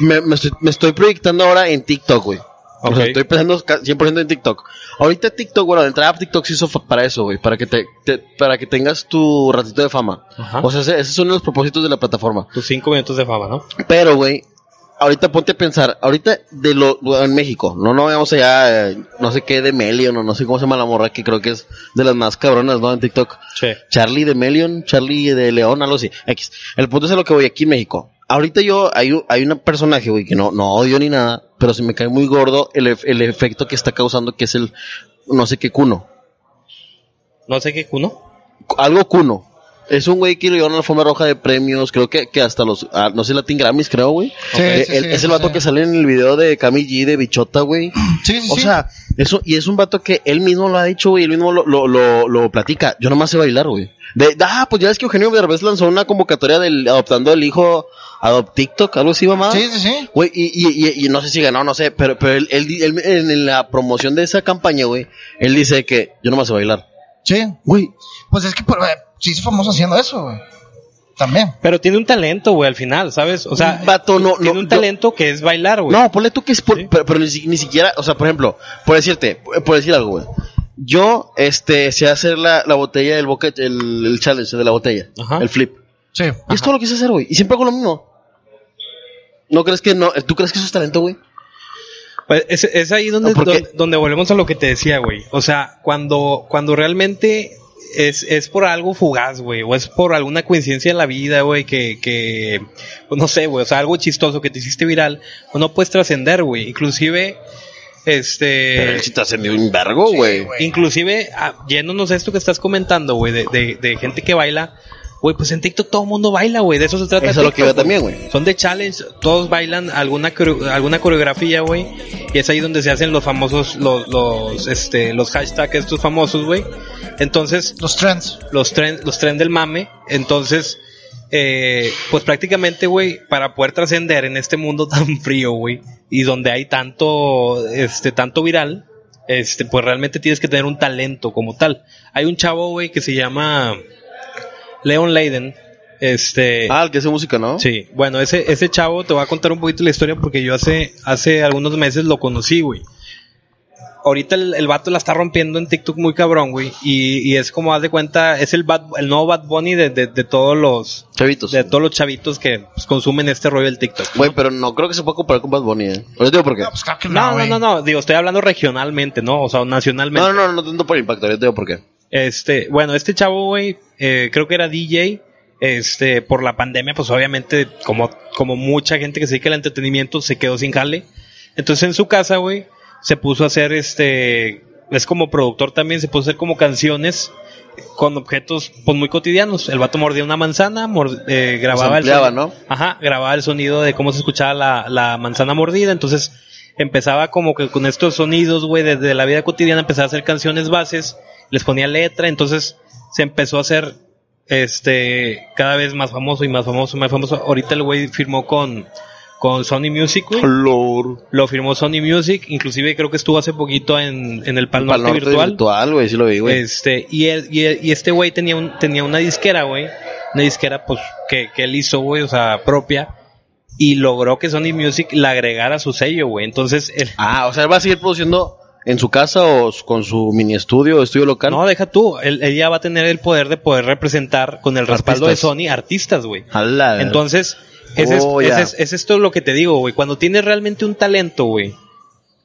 Speaker 1: me, me estoy, me estoy proyectando ahora en TikTok, güey. O sea,
Speaker 2: Ok.
Speaker 1: estoy pensando ca- 100% en TikTok. Ahorita TikTok, bueno, de entrada TikTok se hizo fa- para eso, güey, para que te, te- para que tengas tu ratito de fama.
Speaker 2: Ajá.
Speaker 1: O sea, ese, ese es uno de los propósitos de la plataforma.
Speaker 2: Tus cinco minutos de fama, ¿no?
Speaker 1: Pero, güey, ahorita ponte a pensar, ahorita de lo bueno, en México, no no vamos allá, eh, no sé qué de Melion o no sé cómo se llama la morra que creo que es de las más cabronas, ¿no? En TikTok.
Speaker 2: Che.
Speaker 1: Charlie de Melion, Charlie de León, algo así. X. El punto es a lo que voy aquí en México. Ahorita yo, hay, un- hay un personaje, güey, que no, no odio ni nada, pero se me cae muy gordo el, ef- el efecto que está causando, que es el, no sé qué, cuno.
Speaker 2: No sé qué cuno.
Speaker 1: Algo cuno. Es un güey que le llevaron a la forma roja de premios, creo que, que hasta los, ah, no sé, Latin Grammys, creo, güey.
Speaker 3: Sí,
Speaker 1: Eh,
Speaker 3: sí,
Speaker 1: el-
Speaker 3: sí,
Speaker 1: es
Speaker 3: sí,
Speaker 1: el vato
Speaker 3: sí.
Speaker 1: que sale en el video de Cami G de Bichota, güey.
Speaker 3: Sí, sí,
Speaker 1: O
Speaker 3: sí.
Speaker 1: sea, eso, y es un vato que él mismo lo ha dicho, güey, él mismo lo, lo, lo, lo platica. Yo nomás sé bailar, güey. De, ah, pues ya ves que Eugenio Derbez lanzó una convocatoria del adoptando al hijo Adopt TikTok, algo así, mamá.
Speaker 3: sí, sí, sí.
Speaker 1: Güey, y, y, y, y no sé si ganó, no sé, pero, pero él, él, di- él- en la promoción de esa campaña, güey, él dice que yo nomás sé bailar.
Speaker 3: Sí.
Speaker 1: Güey,
Speaker 3: Pues es que pero, eh, se hizo famoso haciendo eso, güey. También.
Speaker 2: Pero tiene un talento, güey, al final, ¿sabes? O sea,
Speaker 1: vato, no,
Speaker 2: tiene
Speaker 1: no,
Speaker 2: un
Speaker 1: yo-
Speaker 2: talento que es bailar, güey.
Speaker 1: No, ponle tú que es por-
Speaker 2: Sí.
Speaker 1: pero, pero ni, si- ni siquiera, o sea, por ejemplo, por decirte, por decir algo, güey. Yo, este, sé hacer la, la botella del boca, el, el challenge de la botella,
Speaker 2: Ajá.
Speaker 1: el flip.
Speaker 3: Sí.
Speaker 1: Y es todo lo que sé hacer, güey. Y siempre hago lo mismo. ¿No crees que no? ¿Tú crees que eso es talento, güey?
Speaker 2: Pues es, es ahí donde,
Speaker 1: No, porque-
Speaker 2: donde, donde volvemos a lo que te decía, güey. O sea, cuando, cuando realmente es, es por algo fugaz, güey, o es por alguna coincidencia en la vida, güey, que, que, pues, no sé, güey, o sea, algo chistoso que te hiciste viral, pues no puedes trascender, güey. Inclusive, Este.
Speaker 1: Pero sí te hacen de un vergo, güey.
Speaker 3: güey.
Speaker 2: Inclusive, ah, yéndonos a esto que estás comentando, güey, de, de- de gente que baila, güey, pues en TikTok todo el mundo baila, güey, de eso se trata.
Speaker 1: Eso es lo que
Speaker 2: TikTok,
Speaker 1: iba también, güey.
Speaker 2: Son de challenge, todos bailan alguna coreo- alguna coreografía, güey, y es ahí donde se hacen los famosos, los, los, este, los hashtags estos famosos, güey. Entonces,
Speaker 3: Los trends.
Speaker 2: los tren, los tren del mame. Entonces, eh, pues prácticamente, güey, para poder trascender en este mundo tan frío, güey, y donde hay tanto, este, tanto viral, este, pues realmente tienes que tener un talento como tal. Hay un chavo, güey, que se llama Leon Leiden, este.
Speaker 1: Ah, el que hace música, ¿no?
Speaker 2: Sí, bueno, ese, ese chavo te voy a contar un poquito la historia porque yo hace, hace algunos meses lo conocí, güey. Ahorita el, el vato la está rompiendo en TikTok muy cabrón, güey. Y, y es como, haz de cuenta, es el, bad, el nuevo Bad Bunny de, de- de todos los
Speaker 1: Chavitos.
Speaker 2: de todos los chavitos que pues, consumen este rollo del TikTok.
Speaker 1: Güey, pero no creo que se pueda comparar con Bad Bunny, eh. Ahorita digo por qué.
Speaker 3: No, pues claro que
Speaker 2: No,
Speaker 3: no,
Speaker 2: no,
Speaker 3: güey.
Speaker 2: no, no, digo, estoy hablando regionalmente, ¿no? O sea, nacionalmente.
Speaker 1: No, no, no, no tanto por impacto, ahorita digo por qué.
Speaker 2: Este, bueno, este chavo, güey, eh, creo que era DJ. Este, por la pandemia, pues obviamente, como, como mucha gente que se dedica al entretenimiento, se quedó sin jale. Entonces en su casa, güey, se puso a hacer este. Es como productor también, se puso a hacer como canciones con objetos pues muy cotidianos. El vato mordía una manzana, mor- eh, grababa el
Speaker 1: ampliaba,
Speaker 2: sonido-
Speaker 1: ¿no?
Speaker 2: Ajá, grababa el sonido de cómo se escuchaba la, la manzana mordida. Entonces empezaba como que con estos sonidos, güey, desde la vida cotidiana empezaba a hacer canciones bases, les ponía letra, entonces se empezó a hacer este cada vez más famoso y más famoso, más famoso. Ahorita el güey firmó con con Sony Music, güey.
Speaker 1: Lord.
Speaker 2: Lo firmó Sony Music, inclusive creo que estuvo hace poquito en, en el Pal Norte,
Speaker 1: Pal norte
Speaker 2: Virtual.
Speaker 1: virtual, güey, sí lo vi, güey.
Speaker 2: Este, y, él- y, él- y este güey tenía, un, tenía una disquera, güey. Una disquera, pues, que, que él hizo, güey, o sea, propia. Y logró que Sony Music la agregara a su sello, güey. Entonces, él,
Speaker 1: Ah, o sea, él va a seguir produciendo en su casa o s- con su mini estudio o estudio local.
Speaker 2: no, deja tú. Él, ella va a tener el poder de poder representar con el respaldo de
Speaker 1: Artistas.
Speaker 2: Sony artistas, güey.
Speaker 1: Ala.
Speaker 2: Entonces, es, es-
Speaker 1: Oh,
Speaker 2: es-
Speaker 1: ya.
Speaker 2: es- es esto lo que te digo, güey. Cuando tienes realmente un talento, güey.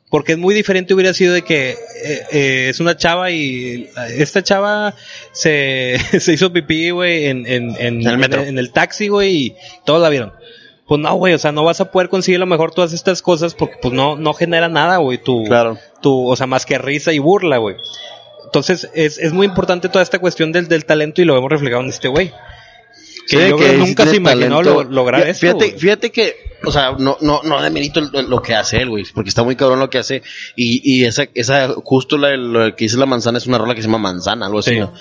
Speaker 2: Porque es muy diferente hubiera sido de que eh, eh, es una chava y eh, esta chava se, se hizo pipí, güey, en, en, en,
Speaker 1: En el metro.
Speaker 2: en el taxi, güey, y todos la vieron. Pues no, güey, o sea, no vas a poder conseguir a lo mejor todas estas cosas porque pues no, no genera nada, güey, tu,
Speaker 1: Claro.
Speaker 2: tu, o sea, más que risa y burla, güey. Entonces, es, es muy importante toda esta cuestión del, del talento y lo hemos reflejado en este güey. Que
Speaker 1: Sí,
Speaker 2: yo creo
Speaker 1: él sí
Speaker 2: nunca se
Speaker 1: tiene
Speaker 2: imaginó
Speaker 1: talento.
Speaker 2: lo- lograr
Speaker 1: Fí-
Speaker 2: eso.
Speaker 1: Fíjate,
Speaker 2: güey.
Speaker 1: fíjate que, o sea, no, no, no demerito el- el- lo que hace él, güey, porque está muy cabrón lo que hace. Y, y esa, esa, justo la, lo que dice la manzana es una rola que se llama manzana, algo así.
Speaker 2: Sí.
Speaker 1: ¿no?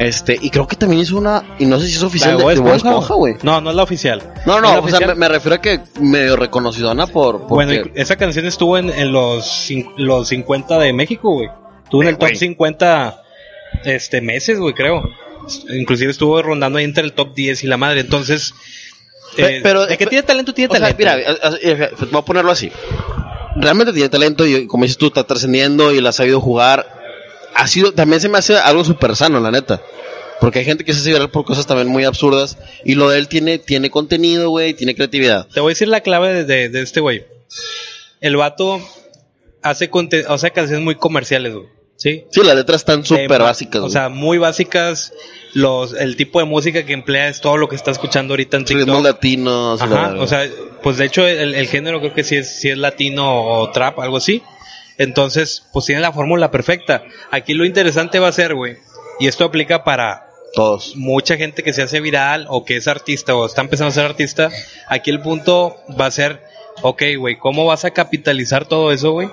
Speaker 1: Este, y creo que también hizo una, y no sé si es
Speaker 2: ¿La de
Speaker 1: oficial de,
Speaker 2: Bob
Speaker 1: de Bob
Speaker 2: Esponja,
Speaker 1: Esponja, güey.
Speaker 2: No, no es la oficial.
Speaker 1: No,
Speaker 2: ¿Es la
Speaker 1: no, o sea,
Speaker 2: oficial?
Speaker 1: me, me refiero a que medio reconocidona por. por
Speaker 2: Bueno, y esa canción estuvo en, en los, cin- los 50 de México, güey. Estuvo en
Speaker 1: Eh,
Speaker 2: el top
Speaker 1: güey.
Speaker 2: 50 este, meses, güey, creo. Inclusive estuvo rondando ahí entre el top 10 y la madre. Entonces,
Speaker 1: Pe-
Speaker 2: eh,
Speaker 1: pero-
Speaker 2: de que tiene talento, tiene
Speaker 1: O sea,
Speaker 2: talento.
Speaker 1: mira, eh, a- a- mira, voy a ponerlo así. Realmente tiene talento y como dices tú, está trascendiendo y la ha sabido jugar. Ha sido, también se me hace algo súper sano, la neta. Porque hay gente que se hace viral por cosas también muy absurdas. Y lo de él tiene, tiene contenido, güey, tiene creatividad.
Speaker 2: Te voy a decir la clave de, de- de este güey. El vato hace, conte- o sea, canciones muy comerciales, güey. ¿Sí?
Speaker 1: Sí, las letras están súper
Speaker 2: Eh,
Speaker 1: básicas,
Speaker 2: O
Speaker 1: güey.
Speaker 2: sea, muy básicas. Los, el tipo de música que emplea es todo lo que está escuchando ahorita en TikTok.
Speaker 1: ritmos latinos. y la
Speaker 2: Ajá,
Speaker 1: verga.
Speaker 2: o sea, pues de hecho el, el género creo que sí es, sí es latino o trap, algo así. Entonces, pues tiene la fórmula perfecta. Aquí lo interesante va a ser, güey, y esto aplica para
Speaker 1: todos.
Speaker 2: mucha gente que se hace viral o que es artista o está empezando a ser artista, aquí el punto va a ser, ok, güey, ¿cómo vas a capitalizar todo eso, güey?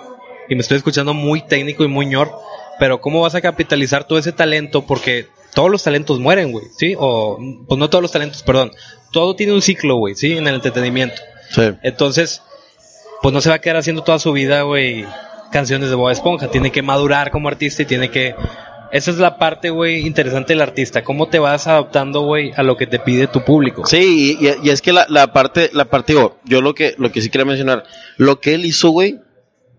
Speaker 2: Y me estoy escuchando muy técnico y muy ñor, pero ¿cómo vas a capitalizar todo ese talento? Porque todos los talentos mueren, güey, ¿sí? O, pues no todos los talentos, perdón. Todo tiene un ciclo, güey, ¿sí? En el entretenimiento.
Speaker 1: Sí.
Speaker 2: Entonces, pues no se va a quedar haciendo toda su vida, güey, canciones de Bob Esponja. Tiene que madurar como artista y tiene que... Esa es la parte, güey, interesante del artista. ¿Cómo te vas adaptando, güey, a lo que te pide tu público?
Speaker 1: Sí, y, y- y es que la, la parte, la parte, digo, yo lo que, lo que sí quería mencionar, lo que él hizo, güey,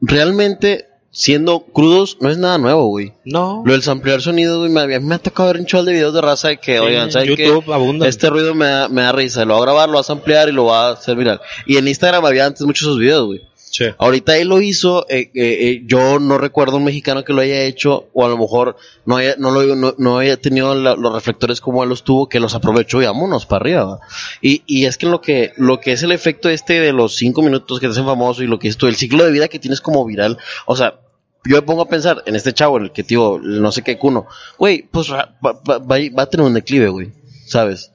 Speaker 1: realmente, siendo crudos, no es nada nuevo, güey.
Speaker 2: No.
Speaker 1: Lo del samplear sonido, güey, me, a mí me ha tocado ver un chaval de videos de raza de que, oigan, ¿saben qué?
Speaker 2: YouTube abunda.
Speaker 1: Este ruido me da, me da risa, lo va a grabar, lo va a samplear y lo va a hacer viral. Y en Instagram había antes muchos esos videos, güey.
Speaker 2: Sí.
Speaker 1: Ahorita él lo hizo, eh, eh, eh, yo no recuerdo un mexicano que lo haya hecho, o a lo mejor no haya, no lo- no- no haya tenido la- los reflectores como él los tuvo, que los aprovechó y vámonos para arriba. ¿va? Y, y es que lo que lo que es el efecto este de los cinco minutos que te hacen famoso y lo que es tú, el ciclo de vida que tienes como viral, o sea, yo me pongo a pensar en este chavo, el que tío, el no sé qué cuno, güey, pues ra- va, va- va- va a tener un declive, güey, ¿sabes?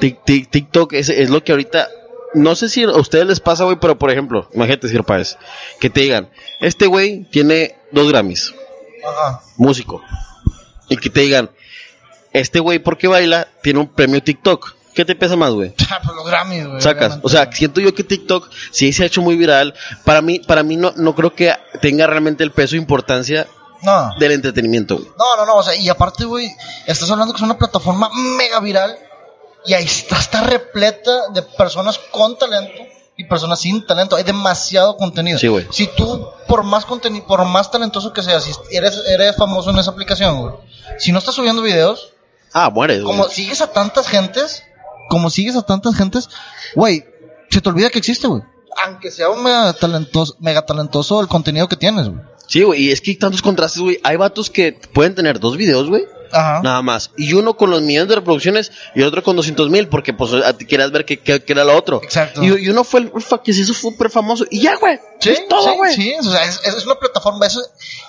Speaker 1: Tic- tic- TikTok es, es lo que ahorita. No sé si a ustedes les pasa, güey, pero por ejemplo, imagínate, señor Páez, que te digan: Este güey tiene dos Grammys,
Speaker 3: Ajá.
Speaker 1: músico. Y que te digan: Este güey, porque baila, tiene un premio TikTok. ¿Qué te pesa más, güey?
Speaker 3: Ah, pues los Grammys, güey.
Speaker 1: Sacas.
Speaker 3: obviamente.
Speaker 1: O sea, siento yo que TikTok sí se ha hecho muy viral. Para mí, para mí no, no creo que tenga realmente el peso e importancia
Speaker 3: No.
Speaker 1: del entretenimiento, güey.
Speaker 3: No, no, no, o sea, y aparte, güey, estás hablando que es una plataforma mega viral y ahí está, está repleta de personas con talento y personas sin talento. Hay demasiado contenido.
Speaker 1: Sí, güey.
Speaker 3: Si tú, por más contenido, por más talentoso que seas, si eres, eres famoso en esa aplicación, güey, si no estás subiendo videos,
Speaker 1: Ah, mueres, güey.
Speaker 3: como sigues a tantas gentes, como sigues a tantas gentes, güey, se te olvida que existe, güey. Aunque sea un mega talentoso, mega talentoso el contenido que tienes, güey.
Speaker 1: Sí, güey. Y es que hay tantos contrastes, güey. Hay vatos que pueden tener dos videos, güey.
Speaker 3: Ajá.
Speaker 1: Nada más. Y uno con los millones de reproducciones y el otro con 200 mil, porque pues a ti querías ver qué qué- qué era lo otro.
Speaker 3: Exacto.
Speaker 1: Y, y uno fue el fa- que se hizo súper famoso. Y ya, güey.
Speaker 3: Sí,
Speaker 1: es todo,
Speaker 3: sí,
Speaker 1: güey.
Speaker 3: sí, o sea, es, es- es una plataforma, eso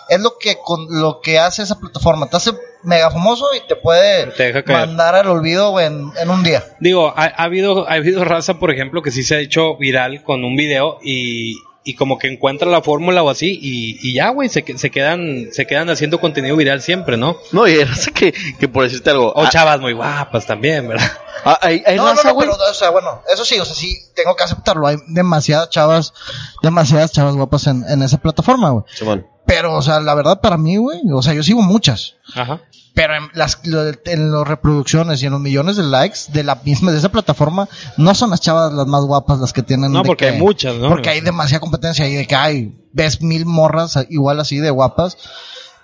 Speaker 3: es lo que con lo que hace esa plataforma, te hace mega famoso y te puede
Speaker 2: Te deja caer.
Speaker 3: mandar al olvido güey, en, en un día.
Speaker 2: Digo, ha, ha habido, ha habido raza, por ejemplo, que sí se ha hecho viral con un video y, y como que encuentra la fórmula o así y, y ya, güey, se, que- se quedan se quedan haciendo contenido viral siempre, ¿no?
Speaker 1: No, y hay raza que, que por decirte algo.
Speaker 2: O
Speaker 1: ah,
Speaker 2: chavas muy guapas también, ¿verdad?
Speaker 1: ah, hay hay
Speaker 3: No, no,
Speaker 1: raza,
Speaker 3: no,
Speaker 1: güey.
Speaker 3: pero, o sea, bueno, eso sí, o sea, sí, tengo que aceptarlo, hay demasiadas chavas, demasiadas chavas guapas en, en esa plataforma, güey.
Speaker 1: Simón.
Speaker 3: Pero, o sea, la verdad para mí, güey, o sea, yo sigo muchas,
Speaker 2: Ajá.
Speaker 3: pero en las lo- en las reproducciones y en los millones de likes de la misma de esa plataforma no son las chavas las más guapas las que tienen
Speaker 2: No,
Speaker 3: de
Speaker 2: porque
Speaker 3: que-
Speaker 2: hay muchas, ¿no?
Speaker 3: porque hay demasiada competencia ahí de que hay ves mil morras igual así de guapas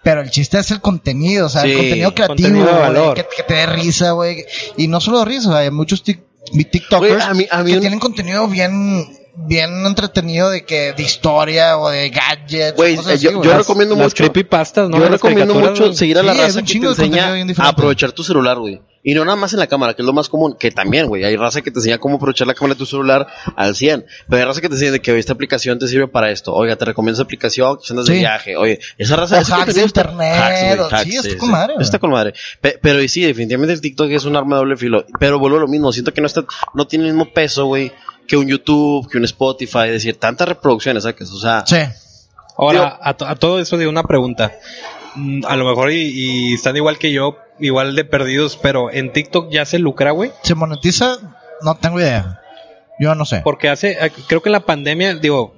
Speaker 3: pero el chiste es el contenido, o sea, el
Speaker 1: Sí,
Speaker 3: contenido creativo,
Speaker 2: contenido de
Speaker 3: güey,
Speaker 2: valor.
Speaker 3: que, que te dé risa, güey. Y no solo risa, hay muchos tic- mi TikTokers
Speaker 1: Güey, a mí- a mí
Speaker 3: que
Speaker 1: un-
Speaker 3: tienen contenido bien bien entretenido de que de historia o de gadgets,
Speaker 1: Güey,
Speaker 3: cosas
Speaker 1: eh,
Speaker 3: así,
Speaker 1: yo-
Speaker 3: güey.
Speaker 1: yo recomiendo
Speaker 2: Las
Speaker 1: mucho.
Speaker 2: creepypastas, ¿no?
Speaker 1: Yo
Speaker 2: Las
Speaker 1: recomiendo
Speaker 2: caricaturas,
Speaker 1: mucho
Speaker 2: ¿no?
Speaker 1: seguir a la
Speaker 3: Sí, hay
Speaker 1: raza
Speaker 3: un
Speaker 1: que te
Speaker 3: chingo de
Speaker 1: enseña
Speaker 3: contenido
Speaker 1: a
Speaker 3: bien diferente.
Speaker 1: aprovechar tu celular, güey. Y no nada más en la cámara, que es lo más común, que también, güey, hay raza que te enseña cómo aprovechar la cámara de tu celular al 100. Pero hay raza que te enseña de que oye, esta aplicación te sirve para esto. Oiga, te recomiendo esa aplicación que si andas de
Speaker 3: Sí.
Speaker 1: viaje. Oye, esa raza
Speaker 3: O
Speaker 1: ese
Speaker 3: hacks
Speaker 1: contenido
Speaker 3: de
Speaker 1: está-
Speaker 3: internet,
Speaker 1: güey,
Speaker 3: o- sí, está con madre, güey.
Speaker 1: Está con madre. Pe- pero y sí, definitivamente el TikTok es un arma de doble filo. Pero vuelvo a lo mismo, siento que no está no tiene el mismo peso, güey, que un YouTube, que un Spotify, es decir, tantas reproducciones, ¿sabes? O sea,
Speaker 3: Sí.
Speaker 2: Ahora,
Speaker 1: Digo-
Speaker 2: a, to- a todo eso de una pregunta. Mm, A lo mejor y, y están igual que yo, igual de perdidos, pero en TikTok ya se lucra, güey.
Speaker 3: ¿Se monetiza? No tengo idea. Yo no sé.
Speaker 2: Porque hace, eh, creo que la pandemia, digo,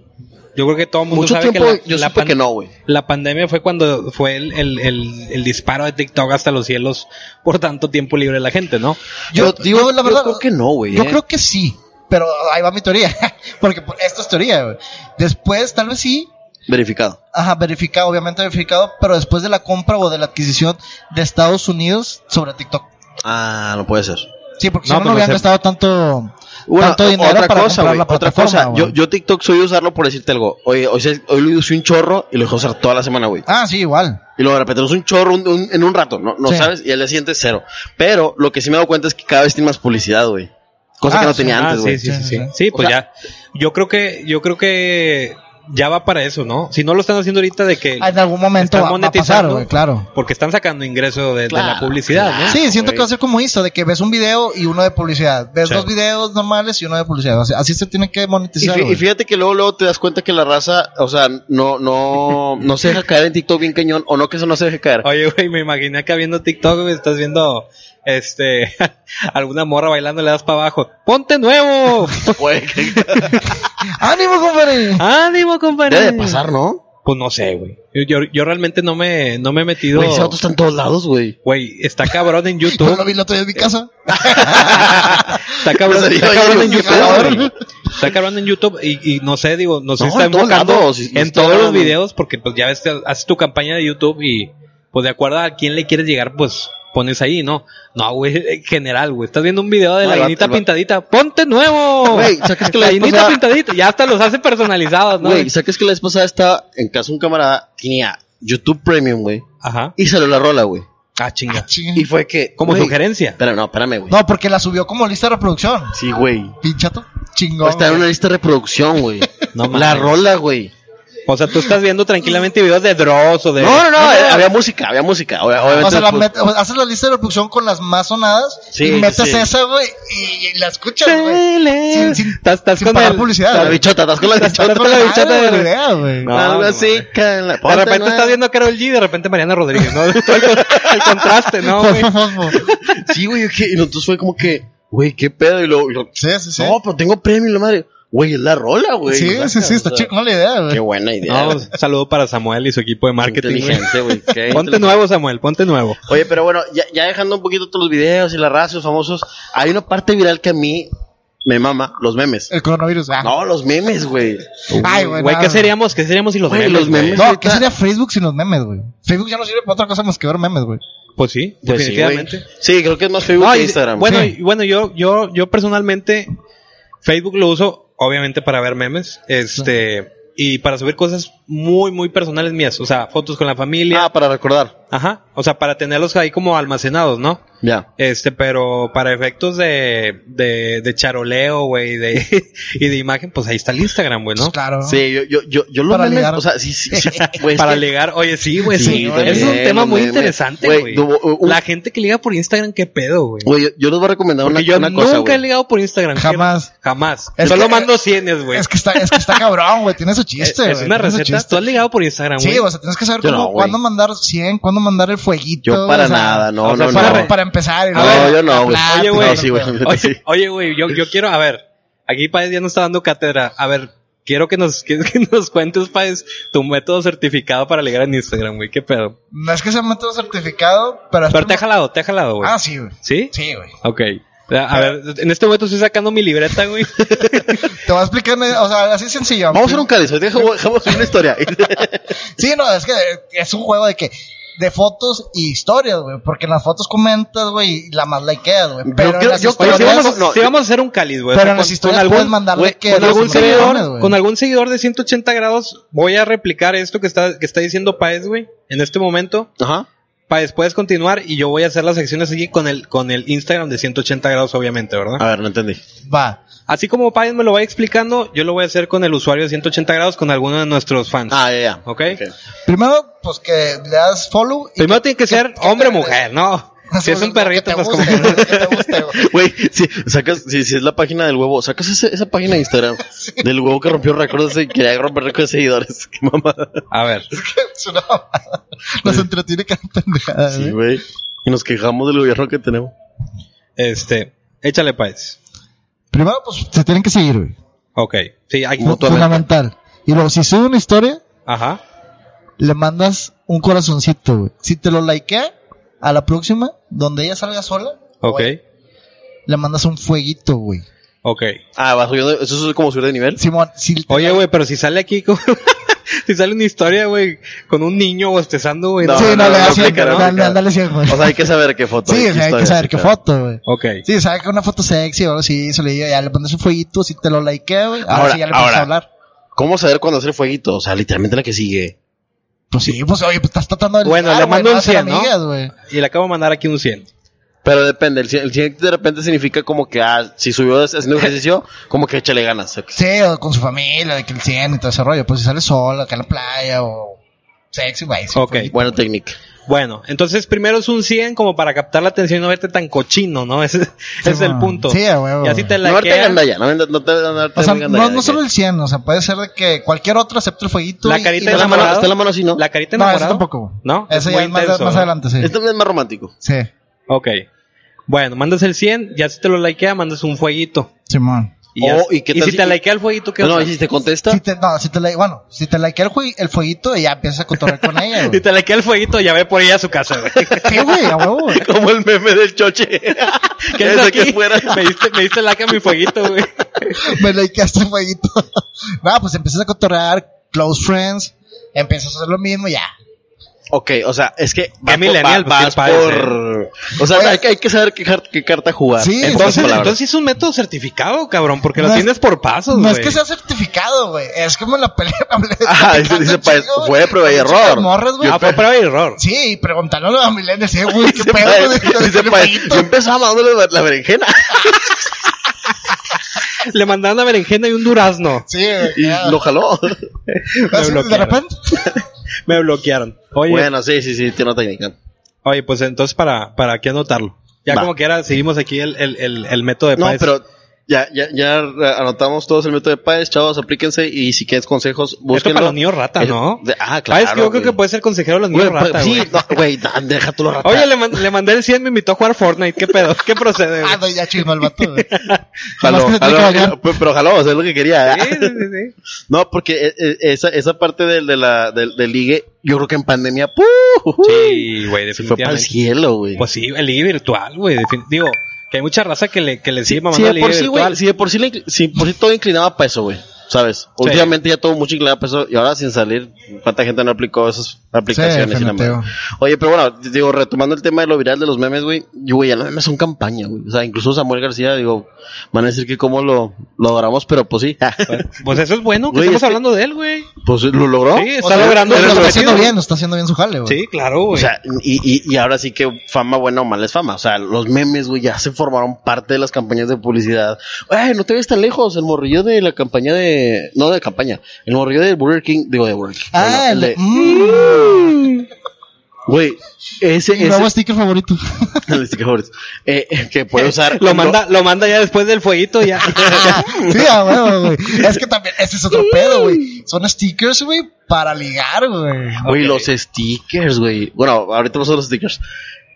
Speaker 2: yo creo que todo el mundo
Speaker 1: mucho
Speaker 2: sabe
Speaker 1: tiempo
Speaker 2: que la,
Speaker 1: yo
Speaker 2: la
Speaker 1: supe
Speaker 2: pan-
Speaker 1: que no, güey.
Speaker 2: La pandemia fue cuando fue el, el- el- el disparo de TikTok hasta los cielos por tanto tiempo libre de la gente, ¿no?
Speaker 1: Yo, digo,
Speaker 3: yo, la verdad,
Speaker 1: creo que no, güey.
Speaker 3: Yo
Speaker 1: eh.
Speaker 3: creo que sí, pero ahí va mi teoría, porque por- esto es teoría, güey. Después, tal vez sí,
Speaker 1: Verificado.
Speaker 3: ajá, verificado, obviamente verificado, pero después de la compra o de la adquisición de Estados Unidos sobre TikTok.
Speaker 1: Ah, no puede ser.
Speaker 3: Sí, porque
Speaker 2: No,
Speaker 3: si no,
Speaker 2: pues
Speaker 3: no hubieran
Speaker 2: no sé.
Speaker 3: gastado tanto,
Speaker 1: Bueno,
Speaker 3: tanto dinero
Speaker 1: otra
Speaker 3: para
Speaker 1: cosa,
Speaker 3: comprar
Speaker 1: güey,
Speaker 3: la
Speaker 1: otra
Speaker 3: plataforma,
Speaker 1: cosa. Yo,
Speaker 3: güey.
Speaker 1: yo TikTok soy usarlo por decirte algo. Hoy, hoy, se- hoy lo usé un chorro y lo dejé usar toda la semana, güey.
Speaker 3: Ah, sí, igual.
Speaker 1: Y lo repetimos un chorro un- un- en un rato, ¿no? No
Speaker 3: Sí.
Speaker 1: sabes, y al día siguiente cero. Pero lo que sí me he dado cuenta es que cada vez tiene más publicidad, güey. Cosa
Speaker 3: Ah,
Speaker 1: que no
Speaker 3: sí,
Speaker 1: tenía
Speaker 2: Ah,
Speaker 1: antes, güey.
Speaker 2: sí, sí, sí, sí.
Speaker 3: Sí, sí,
Speaker 2: Sí, pues
Speaker 1: O
Speaker 2: ya. Yo creo que, yo creo que ya va para eso, ¿no? Si no lo están haciendo ahorita de que
Speaker 3: Ah, En algún momento
Speaker 2: Están
Speaker 3: va, va a pasar,
Speaker 2: monetizando.
Speaker 3: güey, claro.
Speaker 2: porque están sacando ingreso de, de la
Speaker 1: Claro,
Speaker 2: publicidad, ¿no?
Speaker 3: Sí, siento
Speaker 1: güey.
Speaker 3: que va a ser como esto, de que ves un video y uno de publicidad. Ves
Speaker 2: Sí.
Speaker 3: dos videos normales y uno de publicidad. Así, así se tiene que
Speaker 1: Y,
Speaker 3: monetizar.
Speaker 1: fí-
Speaker 3: güey.
Speaker 1: y fíjate que luego, luego te das cuenta que la raza, o sea, no, no, no se deja caer en TikTok bien cañón, o no que eso no se deje caer.
Speaker 2: Oye, güey, me imaginé acá viendo TikTok, güey, estás viendo este alguna morra bailando, le das para abajo. ¡Ponte nuevo!
Speaker 1: Güey, que-
Speaker 3: ¡Ánimo, compadre!
Speaker 2: ¡Ánimo, compadre!
Speaker 1: Debe de pasar, ¿no?
Speaker 2: Pues no sé, güey. Yo, yo, yo realmente no me, no me he metido.
Speaker 1: Güey, ese auto está en todos lados, güey.
Speaker 2: Güey, está cabrón en
Speaker 3: Yo
Speaker 2: YouTube.
Speaker 3: lo vi el otro día en mi casa.
Speaker 2: Está cabrón,
Speaker 1: Pues,
Speaker 2: está
Speaker 1: yo-
Speaker 2: cabrón
Speaker 1: yo-
Speaker 2: en
Speaker 1: yo-
Speaker 2: YouTube.
Speaker 1: cabrón.
Speaker 2: güey. Está cabrón en YouTube y, y no sé, digo, no sé
Speaker 1: No,
Speaker 2: está
Speaker 1: en todos
Speaker 2: enfocando
Speaker 1: lados, sí,
Speaker 2: en
Speaker 1: está
Speaker 2: todos los
Speaker 1: grabando.
Speaker 2: videos porque pues ya ves, te- haces tu campaña de YouTube y pues de acuerdo a quién le quieres llegar, pues pones ahí, no. No, güey, en general, güey. Estás viendo un video de
Speaker 1: No,
Speaker 2: la
Speaker 1: el vato-
Speaker 2: gallinita
Speaker 1: el vato-
Speaker 2: pintadita. ¡Ponte nuevo!
Speaker 1: Güey, sacas que la
Speaker 2: la
Speaker 1: vez
Speaker 2: gallinita
Speaker 1: pasada-
Speaker 2: pintadita. Ya hasta los hace personalizados, ¿no?
Speaker 1: Güey, ¿sabes que la vez pasada estaba en casa de un camarada? Tenía YouTube Premium, güey.
Speaker 2: Ajá.
Speaker 1: Y salió la rola, güey.
Speaker 2: Ah, chinga.
Speaker 3: Chinga.
Speaker 1: Y fue que.
Speaker 2: Como
Speaker 1: güey,
Speaker 2: sugerencia.
Speaker 1: Pero no, espérame, güey.
Speaker 3: No, porque la subió como lista de reproducción.
Speaker 1: Sí, güey.
Speaker 3: Pinchato. Chingón.
Speaker 1: Está en
Speaker 3: güey.
Speaker 1: Pues una lista de reproducción, güey.
Speaker 2: No
Speaker 1: la
Speaker 2: mames.
Speaker 1: rola, güey.
Speaker 2: O sea, tú estás viendo tranquilamente videos de Dross o de.
Speaker 1: No, no, no, eh, había música, había música. Obvia- Obviamente. pues,
Speaker 3: O sea, la
Speaker 1: después-
Speaker 3: met- o sea, haces la lista de reproducción con las más sonadas
Speaker 1: Sí,
Speaker 3: y metes
Speaker 1: sí.
Speaker 3: esa, güey, y, y la escuchas, güey. Sin-
Speaker 2: Estás
Speaker 3: sin-
Speaker 2: estás
Speaker 3: sin
Speaker 2: con
Speaker 3: pagar
Speaker 2: el-
Speaker 3: publicidad,
Speaker 1: La
Speaker 3: güey.
Speaker 1: bichota, estás con la
Speaker 2: Estás
Speaker 1: bichota.
Speaker 2: con la
Speaker 3: Madre,
Speaker 2: bichota de-
Speaker 3: güey, idea, güey.
Speaker 2: No,
Speaker 1: Algo
Speaker 2: no
Speaker 1: así,
Speaker 2: mames.
Speaker 1: cara, la-
Speaker 2: Pues, De
Speaker 1: ponte
Speaker 2: repente
Speaker 1: nueva.
Speaker 2: estás viendo a Carol G y de repente Mariana Rodríguez, ¿no? Todo el, con- el contraste, ¿no, güey?
Speaker 3: Fosfo, fosfo.
Speaker 1: Sí, güey, es que- y entonces fue como que, güey, qué pedo. Y lo. y lo-
Speaker 3: Sí, sí, sí.
Speaker 1: No, pero tengo premio, y la madre. Güey, es la rola, güey.
Speaker 3: sí,
Speaker 1: Saca,
Speaker 3: sí, sí,
Speaker 1: o
Speaker 3: está
Speaker 1: sea,
Speaker 3: chingón la idea,
Speaker 1: Qué
Speaker 3: güey.
Speaker 1: buena idea.
Speaker 2: No, pues,
Speaker 1: güey.
Speaker 2: un saludo para Samuel y su equipo de marketing. güey.
Speaker 1: inteligente, güey. qué
Speaker 2: Ponte
Speaker 1: inteligente.
Speaker 2: nuevo, Samuel, ponte nuevo.
Speaker 1: Oye, pero bueno, ya, ya dejando un poquito todos los videos y las razas, los famosos, hay una parte viral que a mí me mama, los memes.
Speaker 3: El coronavirus. ah.
Speaker 1: No, los memes, güey. Pues
Speaker 3: Ay, güey.
Speaker 2: Güey,
Speaker 3: no,
Speaker 2: ¿qué
Speaker 3: no.
Speaker 2: seríamos? ¿Qué seríamos si los
Speaker 1: Güey,
Speaker 2: memes?
Speaker 1: los memes.
Speaker 2: güey?
Speaker 3: No,
Speaker 1: Ahorita-
Speaker 3: ¿qué sería Facebook sin los memes, güey? Facebook ya no sirve para otra cosa más que ver memes, güey.
Speaker 2: Pues sí,
Speaker 1: Pues sí, güey.
Speaker 2: definitivamente.
Speaker 1: Sí, creo que es más Facebook
Speaker 2: No,
Speaker 1: que
Speaker 2: y-
Speaker 1: Instagram. Ah,
Speaker 2: Bueno,
Speaker 3: Sí.
Speaker 2: y- bueno, yo, yo, yo personalmente Facebook lo uso obviamente para ver memes, este, y para subir cosas muy, muy personales mías, o sea, fotos con la familia,
Speaker 1: Ah, para recordar.
Speaker 2: ajá, o sea, para tenerlos ahí como almacenados, ¿no?
Speaker 1: Ya.
Speaker 2: Este, pero para efectos de, de, de charoleo, güey, de, y de imagen, pues ahí está el Instagram, güey, ¿no?
Speaker 3: Pues claro.
Speaker 1: Sí, yo, yo, yo, yo los
Speaker 3: Para
Speaker 1: memes,
Speaker 3: ligar.
Speaker 1: o sea, sí, sí, sí, güey, es
Speaker 2: Ah. Para
Speaker 1: que-
Speaker 2: ligar, oye, sí, güey,
Speaker 1: Sí,
Speaker 2: sí, güey, es un
Speaker 1: también,
Speaker 2: tema
Speaker 1: los
Speaker 2: muy
Speaker 1: memes.
Speaker 2: interesante,
Speaker 1: Güey,
Speaker 2: güey.
Speaker 1: tuvo, uh, un-
Speaker 2: La gente que liga por Instagram, qué pedo, güey.
Speaker 1: Güey, yo, yo les voy a recomendar una,
Speaker 2: Porque yo
Speaker 1: una
Speaker 2: nunca
Speaker 1: cosa,
Speaker 2: he
Speaker 1: güey.
Speaker 2: ligado por Instagram.
Speaker 3: Jamás.
Speaker 2: Jamás.
Speaker 3: Es
Speaker 2: Solo
Speaker 3: que-
Speaker 2: mando cienes, güey.
Speaker 3: Es que está, es que está cabrón, güey. Tiene su chiste, güey.
Speaker 2: Es una
Speaker 3: tiene su
Speaker 2: receta.
Speaker 3: chiste.
Speaker 2: Tú has ligado por Instagram, güey.
Speaker 3: Sí, o sea, tienes que saber
Speaker 1: Yo no,
Speaker 3: cómo,
Speaker 1: güey.
Speaker 3: cuándo mandar 100, cuándo mandar el fueguito.
Speaker 1: Yo para
Speaker 3: o sea,
Speaker 1: nada, no,
Speaker 2: o sea,
Speaker 1: no,
Speaker 3: Para,
Speaker 1: no.
Speaker 3: para empezar. y
Speaker 1: No,
Speaker 3: luego
Speaker 1: yo
Speaker 3: la
Speaker 1: no, güey.
Speaker 3: plática,
Speaker 2: Oye,
Speaker 3: no,
Speaker 2: güey.
Speaker 1: No, sí, güey.
Speaker 2: Oye, oye, güey, yo, yo quiero, a ver, aquí Paez ya nos está dando cátedra. A ver, quiero que nos, que, que nos cuentes, Paez, tu método certificado para ligar en Instagram, güey. ¿Qué pedo?
Speaker 3: No es que sea método certificado, pero...
Speaker 2: Pero te ha jalado, te ha jalado, güey.
Speaker 3: Ah, sí, güey.
Speaker 2: ¿Sí?
Speaker 3: Sí, güey.
Speaker 2: Ok. A ver, en este momento estoy sacando mi libreta, güey.
Speaker 3: Te voy a explicar, o sea, así sencillo.
Speaker 1: Vamos a hacer un cáliz, deja- dejamos una historia.
Speaker 3: Sí, no, es que es un juego de que... De fotos y historias, güey. Porque en las fotos comentas, güey, y la más likeas, güey.
Speaker 1: Yo
Speaker 3: Pero en
Speaker 1: quiero-
Speaker 3: las
Speaker 1: yo-
Speaker 3: historias...
Speaker 1: sí
Speaker 2: si vamos,
Speaker 1: no,
Speaker 2: sí vamos a hacer un cáliz, güey. O
Speaker 3: Pero
Speaker 2: sea,
Speaker 3: en las historias puedes mandarle
Speaker 1: güey,
Speaker 3: que
Speaker 2: con
Speaker 3: los
Speaker 2: algún
Speaker 3: seguidores,
Speaker 2: seguidor,
Speaker 3: güey.
Speaker 2: con algún seguidor de 180 grados, voy a replicar esto que está, que está diciendo Paez, güey, en este momento.
Speaker 1: Ajá.
Speaker 2: Paez, puedes continuar y yo voy a hacer las secciones aquí con el, con el Instagram de 180 grados, obviamente,
Speaker 1: A
Speaker 3: Ah.
Speaker 2: ¿verdad?
Speaker 1: ver, no entendí.
Speaker 3: Va.
Speaker 2: Así como Paez me lo va explicando, yo lo voy a hacer con el usuario de 180 grados con alguno de nuestros fans.
Speaker 1: Ah, ya, ya.
Speaker 2: Ok.
Speaker 3: Primero, pues que le das follow. y
Speaker 2: Primero tiene que ser
Speaker 3: que-
Speaker 2: hombre o
Speaker 3: que-
Speaker 2: mujer, ¿no? Si es un
Speaker 3: que
Speaker 2: perrito,
Speaker 3: te
Speaker 2: pues como...
Speaker 3: guste, güey, que te guste, güey.
Speaker 1: Güey, si sacas, si, si es la página del huevo, sacas ese- esa página de Instagram del huevo que rompió récords y quería romper récords de seguidores. Qué mamada.
Speaker 2: A ver.
Speaker 3: Es una mamada. Nos entretiene cada pendejada,
Speaker 1: Sí,
Speaker 3: güey.
Speaker 1: güey. Y nos quejamos del gobierno que tenemos.
Speaker 2: Este, échale Paez.
Speaker 3: Primero, pues se tienen que seguir, güey.
Speaker 2: Ok. Sí, hay
Speaker 3: Fu- Fundamental. Y luego, si sube una historia,
Speaker 2: Ajá.
Speaker 3: le mandas un corazoncito, güey. Si te lo likea, a la próxima, donde ella salga sola,
Speaker 2: Ok.
Speaker 3: güey, le mandas un fueguito, güey.
Speaker 2: Ok.
Speaker 1: Ah, va subiendo. Eso es como subir de nivel.
Speaker 3: Simón, si te-
Speaker 2: Oye, güey, pero si sale aquí con... si sale una historia, güey, con un niño bostezando, güey.
Speaker 1: No,
Speaker 3: sí, no,
Speaker 1: no,
Speaker 3: le
Speaker 1: no,
Speaker 3: das
Speaker 1: no,
Speaker 3: cien,
Speaker 1: no, no,
Speaker 3: dale,
Speaker 1: no, no.
Speaker 3: dale cien, güey.
Speaker 1: O sea, hay que saber qué foto.
Speaker 3: Sí,
Speaker 1: qué
Speaker 3: o sea, hay que
Speaker 1: historia,
Speaker 3: saber qué
Speaker 1: claro.
Speaker 3: foto, güey.
Speaker 2: Ok.
Speaker 3: Sí, saca una foto sexy o algo así, se le digo, ya le pones un fueguito, si te lo likea, güey. Ahora,
Speaker 1: Ahora,
Speaker 3: sí ya le pones
Speaker 1: ahora.
Speaker 3: a hablar.
Speaker 1: ¿Cómo saber cuándo hacer fueguito? O sea, literalmente la que sigue.
Speaker 3: Pues sí, pues oye, pues estás tratando de
Speaker 2: Bueno,
Speaker 3: ligar,
Speaker 2: le
Speaker 3: güey,
Speaker 2: mando
Speaker 3: no
Speaker 2: un
Speaker 3: hacer
Speaker 2: 100, ¿no?
Speaker 3: amigas, güey.
Speaker 2: Y le acabo de mandar aquí un 100.
Speaker 1: Pero depende. El, cien- el cien de repente significa como que, ah, si subió haciendo ejercicio, como que échale ganas. ok.
Speaker 3: Sí, o con su familia, de que el 100 y todo ese rollo. Pues si sale sola, acá en la playa o sexy, güey. sí,
Speaker 2: Ok.
Speaker 3: fueguito.
Speaker 1: Buena técnica.
Speaker 2: Bueno, entonces primero es un 100 como para captar la atención y no verte tan cochino, ¿no? Ese, ese es el
Speaker 3: man.
Speaker 2: punto.
Speaker 3: Sí, a huevo,
Speaker 2: Y así
Speaker 3: güey.
Speaker 2: te
Speaker 1: No verte
Speaker 2: la
Speaker 1: gandalla. No, no te no verte
Speaker 3: O sea,
Speaker 1: muy
Speaker 3: no,
Speaker 1: gandalla,
Speaker 3: no
Speaker 1: de
Speaker 3: solo
Speaker 1: que-
Speaker 3: el 100, o sea, puede ser de que cualquier otro acepte el fueguito.
Speaker 2: La
Speaker 3: y-
Speaker 2: carita
Speaker 3: y
Speaker 1: Está
Speaker 2: de
Speaker 1: la mano,
Speaker 2: enamorado.
Speaker 1: está la mano así, ¿no?
Speaker 2: La carita
Speaker 3: No,
Speaker 2: enamorada.
Speaker 3: eso tampoco, güey.
Speaker 2: ¿No?
Speaker 3: Eso ya
Speaker 2: Muy
Speaker 3: es más,
Speaker 2: intenso,
Speaker 3: más
Speaker 2: ¿no?
Speaker 3: adelante, sí.
Speaker 1: Este es más romántico.
Speaker 3: Sí,
Speaker 2: Ok. Bueno, mandas el 100, ya si te lo likea, mandas un fueguito.
Speaker 3: Simón.
Speaker 2: Y, ya-
Speaker 1: Oh, ¿y qué tal
Speaker 2: si
Speaker 1: si-
Speaker 2: te likea el fueguito, ¿qué
Speaker 1: No,
Speaker 2: onda?
Speaker 1: y si te contesta.
Speaker 3: Si te, no, si te la, bueno, si te likea el, jue- el fueguito, ya empiezas a cotorrear con ella,
Speaker 2: Si
Speaker 3: güey.
Speaker 2: te likea el fueguito, ya ve por ella a su casa, güey.
Speaker 3: Sí, güey, a huevo, güey.
Speaker 1: Como el meme del choche.
Speaker 2: ¿Qué
Speaker 1: Ese
Speaker 2: es aquí?
Speaker 1: que fuera.
Speaker 2: Me diste, me diste like a mi fueguito, güey.
Speaker 3: Me likeaste el fueguito. no, pues empiezas a cotorrear, close friends, empiezas a hacer lo mismo, ya.
Speaker 1: Ok, o sea, es que vas, por-
Speaker 2: millennial pues,
Speaker 1: vas
Speaker 2: Pies,
Speaker 1: por... O sea,
Speaker 3: Oye.
Speaker 1: hay, que- hay que saber qué, jar- qué carta jugar.
Speaker 3: Sí,
Speaker 1: en pocas
Speaker 3: entonces-
Speaker 2: Entonces,
Speaker 1: palabras.
Speaker 2: entonces sí es un método certificado, cabrón, porque
Speaker 3: No
Speaker 2: lo
Speaker 3: es-
Speaker 2: tienes por
Speaker 1: Pues,
Speaker 2: pasos,
Speaker 3: No
Speaker 2: güey.
Speaker 3: es que sea certificado, güey. Es que me la peleé.
Speaker 1: Ah, dice- dice, pa- fue de prueba y error.
Speaker 3: Morres, güey.
Speaker 2: Ah, fue prueba y error.
Speaker 3: Sí, y preguntaron a Milena, sí, güey, qué pedo, este güey.
Speaker 1: Dice, pues, dice, pa- yo empezaba mandándole la, la berenjena.
Speaker 2: Le mandaron una berenjena y un durazno.
Speaker 3: Sí,
Speaker 1: Y lo jaló.
Speaker 2: me
Speaker 3: güey. De
Speaker 2: bloquearon.
Speaker 3: repente.
Speaker 2: Me bloquearon. Oye,
Speaker 1: Bueno, sí, sí, sí, tiene una técnica.
Speaker 2: oye pues entonces, ¿para, para qué anotarlo? Ya
Speaker 1: Va.
Speaker 2: como quiera, seguimos aquí el, el, el, el método de
Speaker 1: No,
Speaker 2: Páez.
Speaker 1: pero ya, ya, ya anotamos todos el método de Páez, chavos, aplíquense y si quieres consejos,
Speaker 2: Esto
Speaker 1: búsquenlo.
Speaker 2: para los niños rata,
Speaker 1: Es-
Speaker 2: ¿no?
Speaker 1: de- ah, claro,
Speaker 2: Páez, yo creo
Speaker 1: güey.
Speaker 2: que puede ser consejero de los
Speaker 1: Güey,
Speaker 2: niños rata,
Speaker 1: pa- sí,
Speaker 2: güey.
Speaker 1: no, güey, da- deja tú lo rata.
Speaker 2: Oye, le, man- le mandé el 100, me invitó a jugar Fortnite. ¿Qué pedo? ¿Qué procede? güey?
Speaker 3: Ah, no, ya chismó el vato, güey.
Speaker 1: Jaló,
Speaker 3: Nomás que se tiene
Speaker 1: jaló,
Speaker 3: que bañar.
Speaker 1: pero- pero jaló, o sea, es lo que quería. Ah,
Speaker 2: Sí, sí, sí, sí.
Speaker 1: No, porque eh, eh, esa, esa parte del de la, del, del ligue, yo creo que en pandemia, ¡puh!
Speaker 2: Sí, güey,
Speaker 1: se fue para el
Speaker 2: definitivamente.
Speaker 1: cielo, güey.
Speaker 2: Pues sí, el ligue virtual, güey. defin- Digo, que hay mucha raza que le, que le sigue mamando
Speaker 1: si,
Speaker 2: al
Speaker 1: de
Speaker 2: ligue
Speaker 1: por sí, güey,
Speaker 2: virtual.
Speaker 1: si de por sí, le incl- si por sí todo inclinaba para eso, güey. ¿Sabes? Últimamente ya todo mucho inclinaba para eso y ahora sin salir, ¿cuánta gente no aplicó esas aplicaciones?
Speaker 3: Sí,
Speaker 1: y la madre?
Speaker 3: fenoteo.
Speaker 1: Oye, pero bueno, digo, retomando el tema de lo viral de los memes, güey, yo, güey, ya los memes son campaña, güey. O sea, incluso Samuel García, digo, van a decir que cómo lo logramos, pero pues sí.
Speaker 2: Pues eso es bueno, que
Speaker 1: Güey,
Speaker 2: estamos
Speaker 1: es que-
Speaker 2: hablando de él, güey.
Speaker 1: pues lo logró.
Speaker 2: Sí,
Speaker 3: O
Speaker 2: está
Speaker 3: sea,
Speaker 2: logrando
Speaker 3: Lo
Speaker 2: su
Speaker 3: está
Speaker 2: cometido.
Speaker 3: haciendo bien, lo está haciendo bien su jale, güey.
Speaker 2: Sí, claro, güey.
Speaker 1: O sea,
Speaker 3: Pues,
Speaker 1: y, y, y ahora sí que fama buena o mala es fama. O sea, los memes, güey, ya se formaron parte de las campañas de publicidad. Güey, no te ves tan lejos. El morrillo de la campaña de. No de campaña. El morrillo de Burger King. Digo, de Burger King.
Speaker 3: Ah,
Speaker 1: No, no,
Speaker 3: el de.
Speaker 1: de-
Speaker 3: Mm,
Speaker 1: Güey, ese.
Speaker 3: Mi
Speaker 1: ese
Speaker 3: nuevo sticker favorito.
Speaker 1: el sticker favorito. Eh, eh, que puede usar.
Speaker 2: lo, manda, lo manda ya después del fueguito, ya.
Speaker 3: Sí, a huevo, güey. Es que también, ese es otro pedo, güey. Son stickers, güey, para ligar, güey.
Speaker 1: Güey,
Speaker 2: Ok.
Speaker 1: los stickers, güey. Bueno, ahorita vamos a los stickers.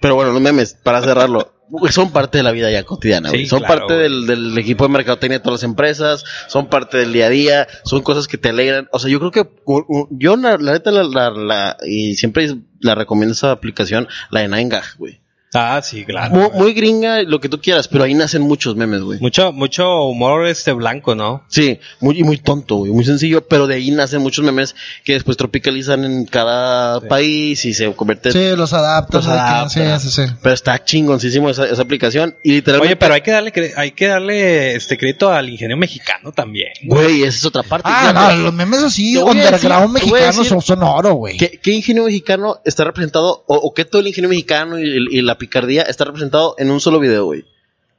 Speaker 1: Pero bueno, los memes, para cerrarlo. güey, Son parte de la vida ya cotidiana, güey.
Speaker 2: Sí,
Speaker 1: son
Speaker 2: claro,
Speaker 1: parte
Speaker 2: güey.
Speaker 1: del, del equipo de mercadotecnia de todas las empresas, son parte del día a día, son cosas que te alegran. O sea, yo creo que u- u- yo la, la neta la, la, la- y siempre la recomiendo esa aplicación, la de Nine Gag, güey.
Speaker 2: ah, sí, claro.
Speaker 1: Muy, muy gringa, lo que tú quieras, pero ahí nacen muchos memes, güey.
Speaker 2: Mucho, mucho humor este blanco, ¿no?
Speaker 1: Sí, muy, y muy tonto, güey, muy sencillo, pero de ahí nacen muchos memes que después tropicalizan en cada país y se convierte
Speaker 3: Sí, los adaptas.
Speaker 1: Los
Speaker 3: güey, que-
Speaker 1: adaptas.
Speaker 3: Sí, sí, sí.
Speaker 1: Pero está chingoncísimo esa, esa aplicación. Y literalmente.
Speaker 2: Oye, pero hay que darle, cre- hay que darle este crédito al ingeniero mexicano también.
Speaker 1: Güey, esa es otra parte.
Speaker 3: Ah,
Speaker 1: Fíjate,
Speaker 3: no, los memes así,
Speaker 1: Te voy a
Speaker 3: underground
Speaker 1: decir- te voy a
Speaker 3: mexicanos
Speaker 1: decir-
Speaker 3: son, son oro, güey.
Speaker 1: ¿Qué, qué ingenio mexicano está representado, o, o qué todo el ingenio mexicano y, y la picardía está representado en un solo video, güey?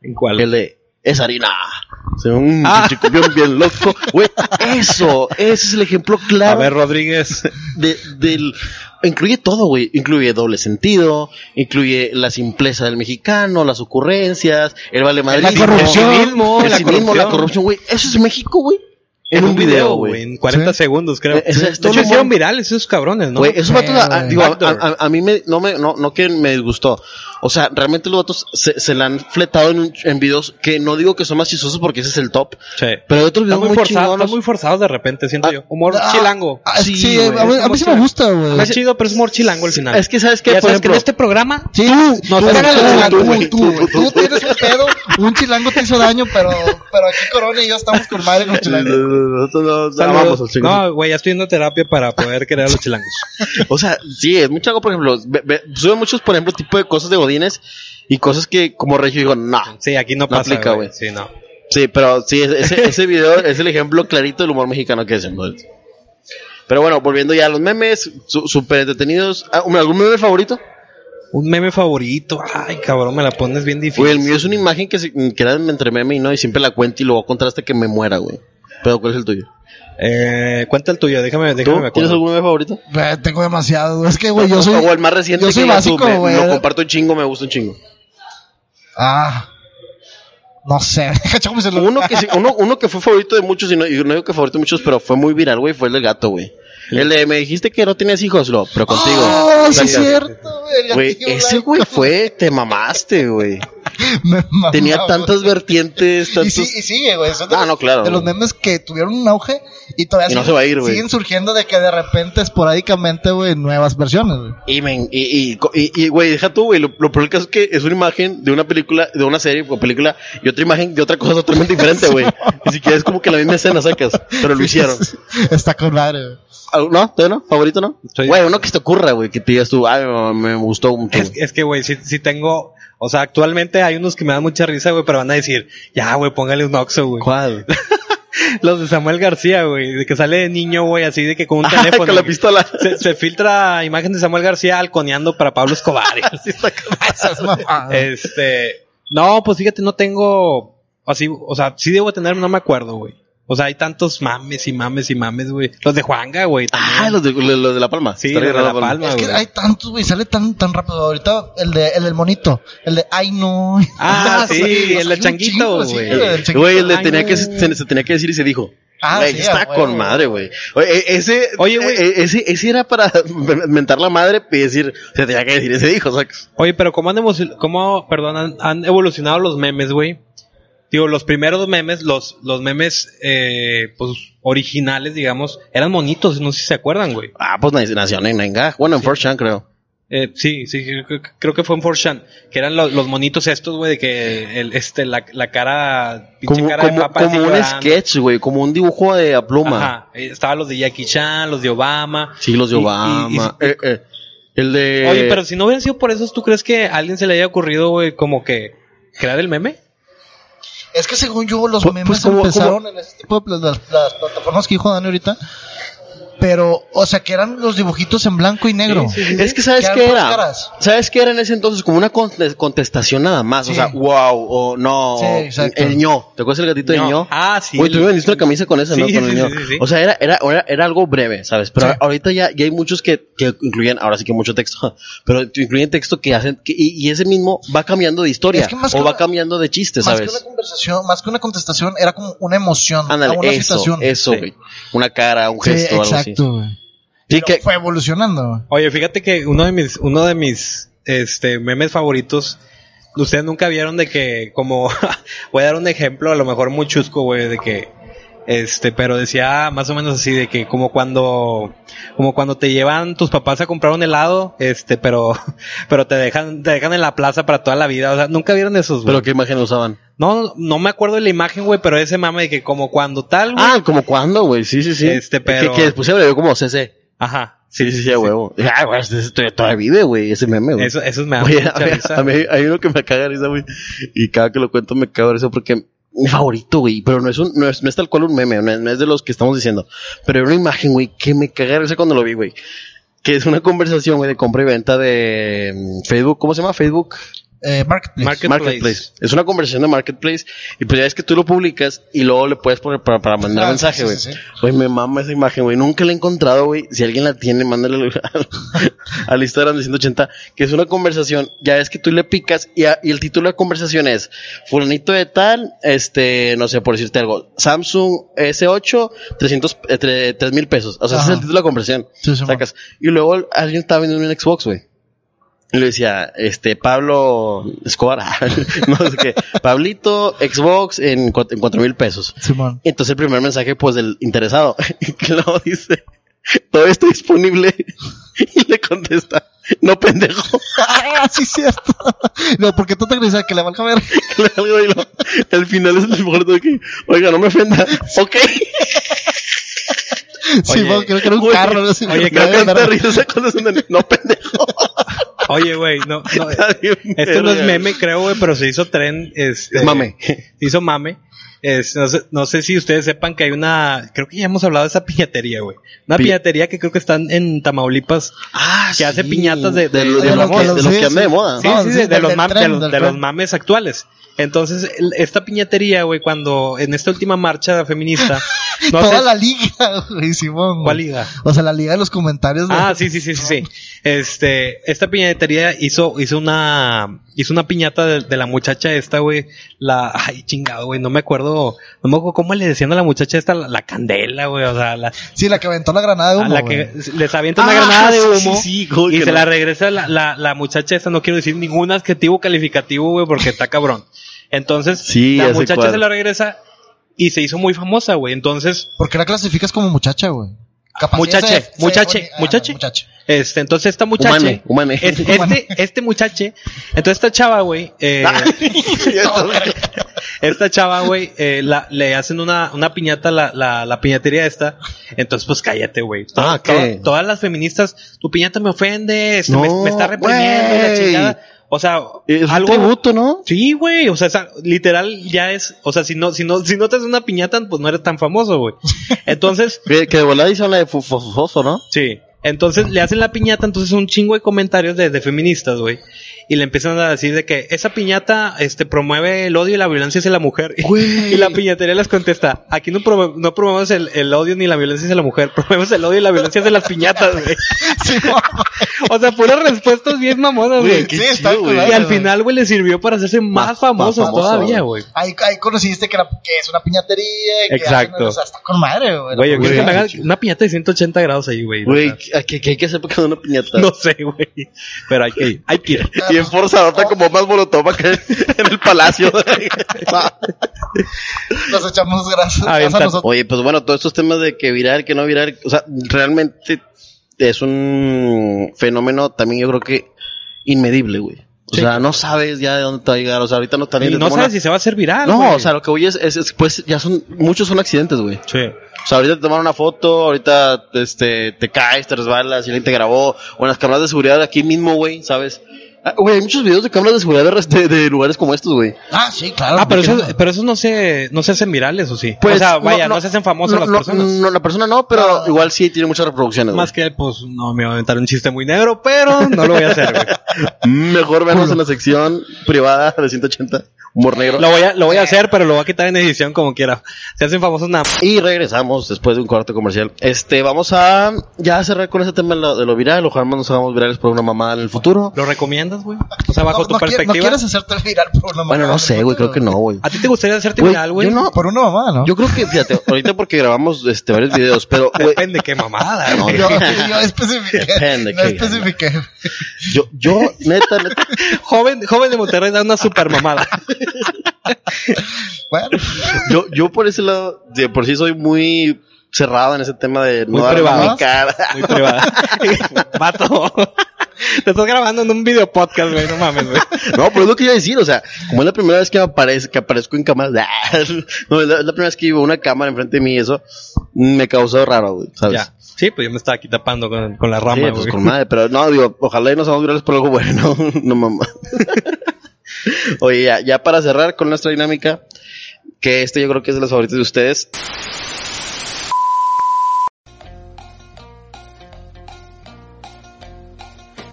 Speaker 2: ¿En cuál?
Speaker 1: El de, es harina. O sea, un
Speaker 2: Ah.
Speaker 1: pinche copión bien loco. Güey, eso, ese es el ejemplo
Speaker 2: a
Speaker 1: claro
Speaker 2: ver, Rodríguez.
Speaker 1: de- del... Incluye todo, güey. Incluye doble sentido, incluye la simpleza del mexicano, las ocurrencias, el vale madrid.
Speaker 3: corrupción.
Speaker 1: el
Speaker 2: cinismo,
Speaker 1: cinismo, la corrupción, güey. Eso es México, güey. En, un video, güey.
Speaker 2: En 40
Speaker 3: Sí.
Speaker 2: segundos, creo.
Speaker 1: Eh, ese es
Speaker 2: de
Speaker 1: todo
Speaker 2: hecho,
Speaker 1: el
Speaker 2: hicieron
Speaker 1: humor.
Speaker 2: virales esos cabrones, ¿no?
Speaker 1: Güey, esos
Speaker 3: creo,
Speaker 1: vatos, a, a-
Speaker 3: güey.
Speaker 1: digo, a,
Speaker 2: Backdoor.
Speaker 1: a- a mí me, no, me, no, no que me disgustó. O sea, realmente los vatos se, se la han fletado en, un- en videos que no digo que son más chistosos porque ese es el top.
Speaker 2: Sí.
Speaker 1: Pero hay otros videos
Speaker 2: Están muy,
Speaker 1: muy,
Speaker 2: forzados,
Speaker 1: chingones.
Speaker 2: están muy forzados de repente, siento
Speaker 1: Ah,
Speaker 2: yo. Humor
Speaker 3: ah,
Speaker 2: chilango.
Speaker 3: ah, sí, a mí-
Speaker 2: güey,
Speaker 3: a mí
Speaker 2: es humor
Speaker 3: sí me
Speaker 2: chilango.
Speaker 3: gusta, güey.
Speaker 2: Está chido, pero es humor chilango al final.
Speaker 1: Es que, ¿sabes qué?
Speaker 2: Ya
Speaker 1: Por
Speaker 2: sabes que en
Speaker 1: ejemplo-
Speaker 2: este programa
Speaker 3: Sí, tú,
Speaker 2: te-
Speaker 3: eres
Speaker 2: tú,
Speaker 3: chilango,
Speaker 2: tú,
Speaker 3: güey, tú, güey. Tú tienes un pedo, un chilango te hizo daño, pero, pero aquí Corona y yo estamos con madre con chilango.
Speaker 1: Nosotros no-
Speaker 2: este Saludos.
Speaker 1: amamos a los chicos.
Speaker 2: No, güey, ya estoy yendo a terapia para poder querer a los chilangos.
Speaker 1: O sea, sí, es mucho algo, por ejemplo, ve- ve- suben muchos, por ejemplo, tipo de cosas de godines y cosas que como Regio digo, no.
Speaker 2: Sí, aquí no,
Speaker 1: No
Speaker 2: pasa,
Speaker 1: aplica,
Speaker 2: güey.
Speaker 1: güey.
Speaker 2: Sí, no.
Speaker 1: Sí, pero sí, ese- ese, ese video es el ejemplo clarito del humor mexicano que hacemos. Pero bueno, volviendo ya a los memes, su- súper entretenidos. Ah, ¿Algún meme favorito?
Speaker 2: Un meme favorito. Ay, cabrón, me la pones bien difícil.
Speaker 1: Güey, el mío es una imagen que, se, que era entre meme y no, y siempre la cuento y luego contraste que me muera, güey. Pero ¿cuál es el tuyo?
Speaker 2: Eh, cuenta el tuyo, déjame,
Speaker 1: ¿Tú
Speaker 2: déjame me
Speaker 1: tienes
Speaker 2: acuerdo.
Speaker 1: algún meme favorito?
Speaker 3: Güey, Tengo demasiado, güey. es que, güey, yo soy.
Speaker 1: o el más reciente
Speaker 3: yo soy
Speaker 1: que digas tú,
Speaker 3: básico,
Speaker 1: me-
Speaker 3: güey.
Speaker 1: Lo comparto un chingo, me gusta un chingo.
Speaker 3: Ah, no sé, deja checo mi celular.
Speaker 1: Uno que, sí- uno, uno que fue favorito de muchos, y no, y no digo que favorito de muchos, pero fue muy viral, güey, fue el del gato, güey. El de, me dijiste que no tenías hijos, lo, pero contigo.
Speaker 3: Oh, sí,
Speaker 1: Saca.
Speaker 3: es cierto, güey. el
Speaker 1: Güey,
Speaker 3: gatillo
Speaker 1: ese
Speaker 3: blanco.
Speaker 1: güey fue, te mamaste, güey.
Speaker 3: Me mamaba,
Speaker 1: Tenía
Speaker 3: güey.
Speaker 1: tantas vertientes,
Speaker 3: Y,
Speaker 1: tantos...
Speaker 3: sí, y sigue, güey. Son de
Speaker 1: Ah,
Speaker 3: los-
Speaker 1: no, claro.
Speaker 3: De los memes que tuvieron un auge y todavía
Speaker 1: Y no
Speaker 3: siguen-
Speaker 1: se va a ir, güey.
Speaker 3: siguen surgiendo de que de repente, esporádicamente, güey, nuevas versiones, güey.
Speaker 1: Y, men, y, y, co- y, y, güey, deja tú, güey. Lo, lo peor del caso es que es una imagen de una película, de una serie o película, y otra imagen de otra cosa totalmente diferente, güey. Ni siquiera es como que la misma escena sacas, pero lo hicieron.
Speaker 3: Está con madre, güey.
Speaker 1: Ah, ¿No? ¿Todavía no? ¿Favorito no?
Speaker 2: Sí.
Speaker 1: Güey, uno que se te ocurra, güey, que te digas tú, ay, me, me gustó mucho.
Speaker 2: Es,
Speaker 1: güey.
Speaker 2: es que, güey, si, tengo. O sea, actualmente hay unos que me dan mucha risa, güey, pero van a decir, ya, güey, póngale un oxo, güey.
Speaker 1: ¿Cuál?
Speaker 2: Los de Samuel García, güey, de que sale de niño, güey, así de que con un
Speaker 1: Ah,
Speaker 2: teléfono.
Speaker 1: con la
Speaker 2: güey.
Speaker 1: pistola.
Speaker 2: Se, se filtra imagen de Samuel García halconeando para Pablo Escobar. y así está como-
Speaker 3: Esas mamadas.
Speaker 2: este. No, pues fíjate, no tengo. Así, o sea, sí debo tener, no me acuerdo, güey. O sea, hay tantos mames y mames y mames, güey. Los de Juanga, güey.
Speaker 1: Ah,
Speaker 2: también.
Speaker 1: los de, los- los de La Palma.
Speaker 2: Sí,
Speaker 1: Está
Speaker 2: los de
Speaker 1: regalado
Speaker 2: La Palma,
Speaker 3: Es que
Speaker 2: güey.
Speaker 3: hay tantos, güey, sale tan, tan rápido. Ahorita el de el del monito, el de ay no.
Speaker 2: Ah, sí, el
Speaker 3: hay
Speaker 2: del
Speaker 3: un
Speaker 2: changuito,
Speaker 3: sí,
Speaker 2: güey.
Speaker 3: el del changuito.
Speaker 1: Güey, el de
Speaker 2: Ay,
Speaker 1: tenía que,
Speaker 2: güey.
Speaker 1: se, se tenía que decir y se dijo.
Speaker 3: Ah,
Speaker 1: Güey,
Speaker 3: sí,
Speaker 1: está
Speaker 3: ah, güey.
Speaker 1: con madre, güey. Oye, e- ese,
Speaker 2: Oye, güey.
Speaker 1: e- ese, ese era para mentar la madre y decir, se tenía que decir y se dijo, sacas.
Speaker 2: Oye, pero ¿cómo han, evoluc- cómo, perdón, han, han evolucionado los memes, güey? Digo, los primeros memes, los, los memes eh, pues, originales, digamos, eran monitos, no sé si se acuerdan, güey.
Speaker 1: Ah, pues na- nació en Nenga. Bueno, en 4chan, creo.
Speaker 2: Eh, sí, sí, creo que- creo que fue en 4chan, que eran lo- los monitos estos, güey, de que el, este, la, la cara, pinche
Speaker 1: Como,
Speaker 2: cara
Speaker 1: como-
Speaker 2: de papa
Speaker 1: como
Speaker 2: así
Speaker 1: un
Speaker 2: llorando.
Speaker 1: sketch, güey. Como un dibujo de a pluma.
Speaker 2: Ajá, eh, estaban los de Jackie Chan, los de Obama.
Speaker 1: Sí, los de
Speaker 2: Y- y- y-
Speaker 1: Obama. Eh, eh. El de.
Speaker 2: Oye, pero si no hubieran sido por esos, ¿tú crees que a alguien se le haya ocurrido, güey, como que crear el meme?
Speaker 3: Es que según yo, los
Speaker 1: Pues-
Speaker 3: memes
Speaker 1: pues, ¿cómo-
Speaker 3: empezaron en ese tipo de pla- las, las plataformas que dijo Dani ahorita. Pero, o sea, que eran los dibujitos en blanco y negro.
Speaker 2: Sí, sí, sí.
Speaker 1: Es que sabes
Speaker 3: Que
Speaker 1: qué
Speaker 3: eran puras
Speaker 1: era.
Speaker 3: caras.
Speaker 1: ¿Sabes qué era en ese entonces? Como una conte- contestación nada más. O
Speaker 3: Sí.
Speaker 1: sea, wow, o no.
Speaker 3: Sí,
Speaker 1: o
Speaker 3: exacto.
Speaker 1: el ño. ¿Te acuerdas el gatito de
Speaker 2: Ño.
Speaker 1: ño?
Speaker 2: Ah, sí,
Speaker 1: Güey, tú
Speaker 2: el-
Speaker 1: me vendiste una camisa con esa,
Speaker 2: Sí,
Speaker 1: ¿no? Con el
Speaker 2: sí,
Speaker 1: ño.
Speaker 2: sí, sí, sí.
Speaker 1: O sea, era, era, era, era algo breve, ¿sabes? Pero
Speaker 3: Sí.
Speaker 1: ahorita ya, ya hay muchos que, que incluyen, ahora sí que mucho texto, pero incluyen texto que hacen. que- y, y ese mismo va cambiando de historia.
Speaker 3: Es que más
Speaker 1: o
Speaker 3: que
Speaker 1: va
Speaker 3: una-
Speaker 1: cambiando de chiste,
Speaker 3: Más que una
Speaker 1: ¿sabes?
Speaker 3: conversación, más que una contestación, era como una emoción.
Speaker 1: Ándale,
Speaker 3: a una
Speaker 1: eso,
Speaker 3: situación.
Speaker 1: eso,
Speaker 2: Sí.
Speaker 1: güey. Una cara, un
Speaker 3: Sí,
Speaker 1: gesto, algo así.
Speaker 3: exacto, güey.
Speaker 1: Sí,
Speaker 3: Pero
Speaker 1: que,
Speaker 3: Fue evolucionando, güey.
Speaker 2: Oye, fíjate que uno de mis, uno de mis este, memes favoritos, ustedes nunca vieron de que, como, voy a dar un ejemplo, a lo mejor muy chusco, güey, de que, este, pero decía más o menos así, de que como cuando, como cuando te llevan tus papás a comprar un helado, este, pero, pero te dejan, te dejan en la plaza para toda la vida, o sea, nunca vieron esos, güey.
Speaker 1: pero qué imagen usaban.
Speaker 2: No, no me acuerdo de la imagen, güey, pero ese mame de que como cuando tal, güey.
Speaker 1: Ah, como cuando, güey. Sí, sí, sí.
Speaker 2: Este, pero-
Speaker 1: Que, que después se le como CC.
Speaker 2: Ajá.
Speaker 1: Sí, sí, sí, a huevo. Ah, güey, este- este todavía- todavía vive, güey, ese meme, güey.
Speaker 2: Eso, eso me da
Speaker 1: Oye,
Speaker 2: mucha
Speaker 1: a, mí,
Speaker 2: risa.
Speaker 1: a mí hay uno que me caga de risa, güey. Y cada que lo cuento me cago de risa porque mi favorito, güey. Pero no es, un, no, es, no es tal cual un meme, no es, no es de los que estamos diciendo. Pero era una imagen, güey, que me caga de risa cuando lo vi, güey. Que es una conversación, güey, de compra y venta de mm, Facebook. ¿Cómo se llama? Facebook.
Speaker 3: Eh, Marketplace.
Speaker 2: Market- Marketplace.
Speaker 1: Es una conversación de Marketplace. Y pues ya es que tú lo publicas y luego le puedes poner para, para mandar
Speaker 3: Ah,
Speaker 1: mensaje,
Speaker 3: sí,
Speaker 1: güey.
Speaker 3: sí, sí.
Speaker 1: Güey, me mama esa imagen, güey. Nunca la he encontrado, güey. Si alguien la tiene, mándale al, al Instagram de 180. Que es una conversación. Ya es que tú le picas y, a- y el título de conversación es Fulanito de tal, este, no sé, por decirte algo. Samsung S8, 300, eh, tre- 3 mil pesos. O sea, ese
Speaker 3: Ajá.
Speaker 1: es el título de la conversación.
Speaker 3: Sí, sí,
Speaker 1: Sacas. Y luego alguien estaba vendiendo un Xbox, güey. Y le decía, este, Pablo Escobar, no sé qué, Pablito, Xbox en cuat- en cuatro mil pesos.
Speaker 3: Simón.
Speaker 1: Entonces el primer mensaje, pues, del interesado, que luego dice, todavía está disponible. Y le contesta, no pendejo.
Speaker 3: Ah, sí, cierto. No, porque tú te crees que le valga ver.
Speaker 1: Que le valga, y luego, Al final es el mejor de que, oiga, no me ofenda. Ok.
Speaker 3: Simón, creo que era un
Speaker 1: Güey,
Speaker 3: carro. ¿no? Sí,
Speaker 2: oye,
Speaker 1: Me
Speaker 3: porque
Speaker 1: da
Speaker 2: creo que
Speaker 3: era-
Speaker 1: tanta risa cuando son de, no pendejo.
Speaker 2: Oye, güey, no, no,
Speaker 1: Está bien
Speaker 2: Esto no es
Speaker 1: verga.
Speaker 2: meme, creo, güey, pero se hizo tren. Este,
Speaker 1: Es mame.
Speaker 2: se hizo mame. Es- no, sé, no sé si ustedes sepan que hay una. Creo que ya hemos hablado de esa piñatería, güey. Una
Speaker 1: Pi-
Speaker 2: piñatería que creo que están en Tamaulipas.
Speaker 1: Ah,
Speaker 2: Que hace piñatas de-
Speaker 1: de,
Speaker 2: de-
Speaker 1: lo- de
Speaker 2: de
Speaker 1: lo
Speaker 2: lo
Speaker 1: que,
Speaker 2: que-
Speaker 1: de lo
Speaker 3: sí,
Speaker 1: que anda de
Speaker 3: sí.
Speaker 1: moda.
Speaker 2: Sí,
Speaker 3: Ah,
Speaker 2: sí,
Speaker 3: sí,
Speaker 2: de, de
Speaker 3: del-
Speaker 2: los
Speaker 3: del
Speaker 2: mam-
Speaker 3: tren,
Speaker 2: de los-
Speaker 3: del
Speaker 2: de los
Speaker 3: tren.
Speaker 2: mames actuales. Entonces, el- esta piñatería, güey, cuando en esta última marcha feminista No
Speaker 3: Toda
Speaker 2: sé-
Speaker 3: la liga, güey, Simón. güey.
Speaker 2: ¿Cuál liga?
Speaker 3: O sea, la liga de los comentarios. de-
Speaker 2: Ah, sí, sí, sí, sí, sí. Este, esta piñatería hizo, hizo una, hizo una piñata de, de la muchacha esta, güey. La, ay, chingado, güey, no me acuerdo, no me acuerdo cómo le decían a la muchacha esta, la, la candela, güey, o sea, la,
Speaker 3: Sí, la que aventó la granada de
Speaker 2: a
Speaker 3: humo.
Speaker 2: Ah, la
Speaker 3: güey.
Speaker 2: que les avienta una
Speaker 1: Ah,
Speaker 2: granada de
Speaker 1: sí,
Speaker 2: humo
Speaker 1: sí, sí, güey,
Speaker 2: y
Speaker 1: que
Speaker 2: se
Speaker 1: no.
Speaker 2: la regresa la, la, la muchacha esta, no quiero decir ningún adjetivo calificativo, güey, porque está cabrón. Entonces,
Speaker 1: Sí, ya
Speaker 2: la
Speaker 1: sé
Speaker 2: muchacha
Speaker 1: cuál.
Speaker 2: se la regresa y se hizo muy famosa, güey. Entonces,
Speaker 3: ¿Por qué la clasificas como muchacha, güey? Capaz
Speaker 2: Muchache,
Speaker 3: ella se- se-
Speaker 2: muchache,
Speaker 3: ah,
Speaker 2: muchache.
Speaker 3: muchache.
Speaker 2: este, entonces esta muchacha,
Speaker 1: Humane, humane.
Speaker 2: es- este, este muchache, entonces esta chava, güey, eh, esta chava, güey, eh, la- le hacen una, una piñata, la, la, la piñatería esta. Entonces, pues cállate, güey. To-
Speaker 1: Ah,
Speaker 2: to-
Speaker 1: ¿qué?
Speaker 2: todas las feministas, tu piñata me ofende, este, me,
Speaker 1: No,
Speaker 2: me está reprimiendo la
Speaker 1: güey.
Speaker 2: chingada. O sea,
Speaker 1: Es un
Speaker 2: algo.
Speaker 1: tributo, ¿no?
Speaker 2: Sí, güey, o sea, esa- literal ya es, o sea, si no, si no, si no te haces una piñata, pues no eres tan famoso, güey. Entonces,
Speaker 1: Que, que de volada hizo la de fu- fu- Foso, ¿no?
Speaker 2: Sí. Entonces le hacen la piñata, entonces un chingo de comentarios de, de feministas, güey. Y le empiezan a decir de que esa piñata este, promueve el odio y la violencia hacia la mujer.
Speaker 1: Güey.
Speaker 2: Y la piñatería les contesta, aquí no, promue- no promovemos el, el odio ni la violencia hacia la mujer, promovemos el odio y la violencia hacia las piñatas, güey.
Speaker 3: Sí,
Speaker 2: O sea, puras respuestas bien mamonas, güey.
Speaker 3: Sí, está
Speaker 1: chido, güey.
Speaker 3: culero,
Speaker 2: Y al
Speaker 3: güey.
Speaker 2: final, güey, le sirvió para hacerse más,
Speaker 1: Más-
Speaker 2: famosos
Speaker 1: más famoso,
Speaker 2: todavía,
Speaker 1: güey.
Speaker 2: güey.
Speaker 3: Ahí, ahí conociste que, era, que es una piñatería. y que
Speaker 2: Exacto.
Speaker 3: hacen- o sea, está con madre, güey.
Speaker 2: Güey, yo
Speaker 1: Güey,
Speaker 2: quiero que me
Speaker 1: qué
Speaker 2: hagan
Speaker 1: chido.
Speaker 2: una piñata de 180 grados ahí, güey.
Speaker 1: Güey, ¿a ¿qué, qué hay que hacer para que una piñata?
Speaker 2: No sé, güey. Pero hay que ir, hay que ir.
Speaker 1: Y en Forza nota como más molotova que en el palacio.
Speaker 3: Nos echamos grasas
Speaker 2: Avienta-
Speaker 3: a nosotros.
Speaker 1: Oye, pues bueno, todos estos temas de que viral, que no viral, o sea, realmente es un fenómeno también yo creo que inmedible, güey. O
Speaker 2: Sí.
Speaker 1: sea, no sabes ya de dónde te va a llegar, o sea, ahorita no está
Speaker 2: Y
Speaker 1: bien.
Speaker 2: no sabes si se va a hacer viral,
Speaker 1: No,
Speaker 2: güey.
Speaker 1: o sea, lo que voy es, es, es, pues ya son, muchos son accidentes, güey.
Speaker 2: Sí.
Speaker 1: O sea, ahorita te tomaron una foto, ahorita este, te caes, te resbalas y alguien te grabó. O en las cámaras de seguridad aquí mismo, güey, ¿sabes? Ah, Güey, hay muchos videos de cámaras de seguridad de, res- de- de lugares como estos, güey.
Speaker 3: Ah, sí, claro.
Speaker 2: Ah, pero
Speaker 3: ¿por qué
Speaker 2: esos,
Speaker 3: no?
Speaker 2: pero esos no se, no se hacen virales, ¿o sí? Pues, o sea, vaya, no, se hacen famosos
Speaker 1: Pues, no, mm.
Speaker 2: las
Speaker 1: no,
Speaker 2: personas.
Speaker 1: No, la persona no, pero
Speaker 3: No.
Speaker 1: igual sí tiene muchas reproducciones.
Speaker 2: Más que, pues, no me voy a inventar un chiste muy negro, pero no lo voy a hacer, güey.
Speaker 1: güey. Mejor vernos en la sección privada de 180, humor negro.
Speaker 2: Lo voy a, lo voy a hacer, pero lo voy a quitar en edición como quiera. Se hacen famosos nada más.
Speaker 1: Y regresamos después de un corte comercial. Este, vamos a ya cerrar con ese tema de lo, de lo viral. Ojalá no nos hagamos virales por una mamada en el futuro.
Speaker 2: ¿Lo recomiendas, güey? O sea,
Speaker 3: No,
Speaker 2: bajo
Speaker 3: no
Speaker 2: tu
Speaker 3: qui-
Speaker 2: perspectiva.
Speaker 3: No quieres hacerte viral por una mamá.
Speaker 1: Bueno, no sé, güey, creo que no, güey.
Speaker 2: ¿A ti te gustaría hacerte
Speaker 1: Güey,
Speaker 2: viral, güey? Pues,
Speaker 1: yo no.
Speaker 3: Por una mamá, ¿no?
Speaker 1: Yo creo que, fíjate, ahorita porque grabamos este, varios videos, pero güey,
Speaker 2: Depende qué mamada,
Speaker 1: No,
Speaker 2: güey.
Speaker 3: yo, yo especifiqué.
Speaker 1: Depende,
Speaker 3: no
Speaker 1: qué-
Speaker 3: especifiqué.
Speaker 1: yo, yo, neta, neta,
Speaker 2: Joven, joven de Monterrey da una super mamada.
Speaker 3: Bueno,
Speaker 1: yo, yo por ese lado, de por sí soy muy cerrado en ese tema de no
Speaker 2: Muy
Speaker 1: dar
Speaker 2: privado.
Speaker 1: mi cara.
Speaker 2: Muy privada. Vato. Te estás grabando en un video podcast, güey. No mames, güey.
Speaker 1: No, pero es lo que iba a decir, o sea, como es la primera vez que, me aparece, que aparezco en cámara, no, es la, es la primera vez que llevo una cámara enfrente de mí y eso me causó raro, güey, ¿sabes?
Speaker 2: Ya. Sí, pues yo me estaba aquí tapando con, con la
Speaker 1: Sí,
Speaker 2: rama,
Speaker 1: pues,
Speaker 2: güey.
Speaker 1: con madre, pero no, digo, ojalá y nos hagamos virales por algo bueno, no, no mamá. Oye, ya, ya para cerrar con nuestra dinámica, que este yo creo que es de los favoritos de ustedes.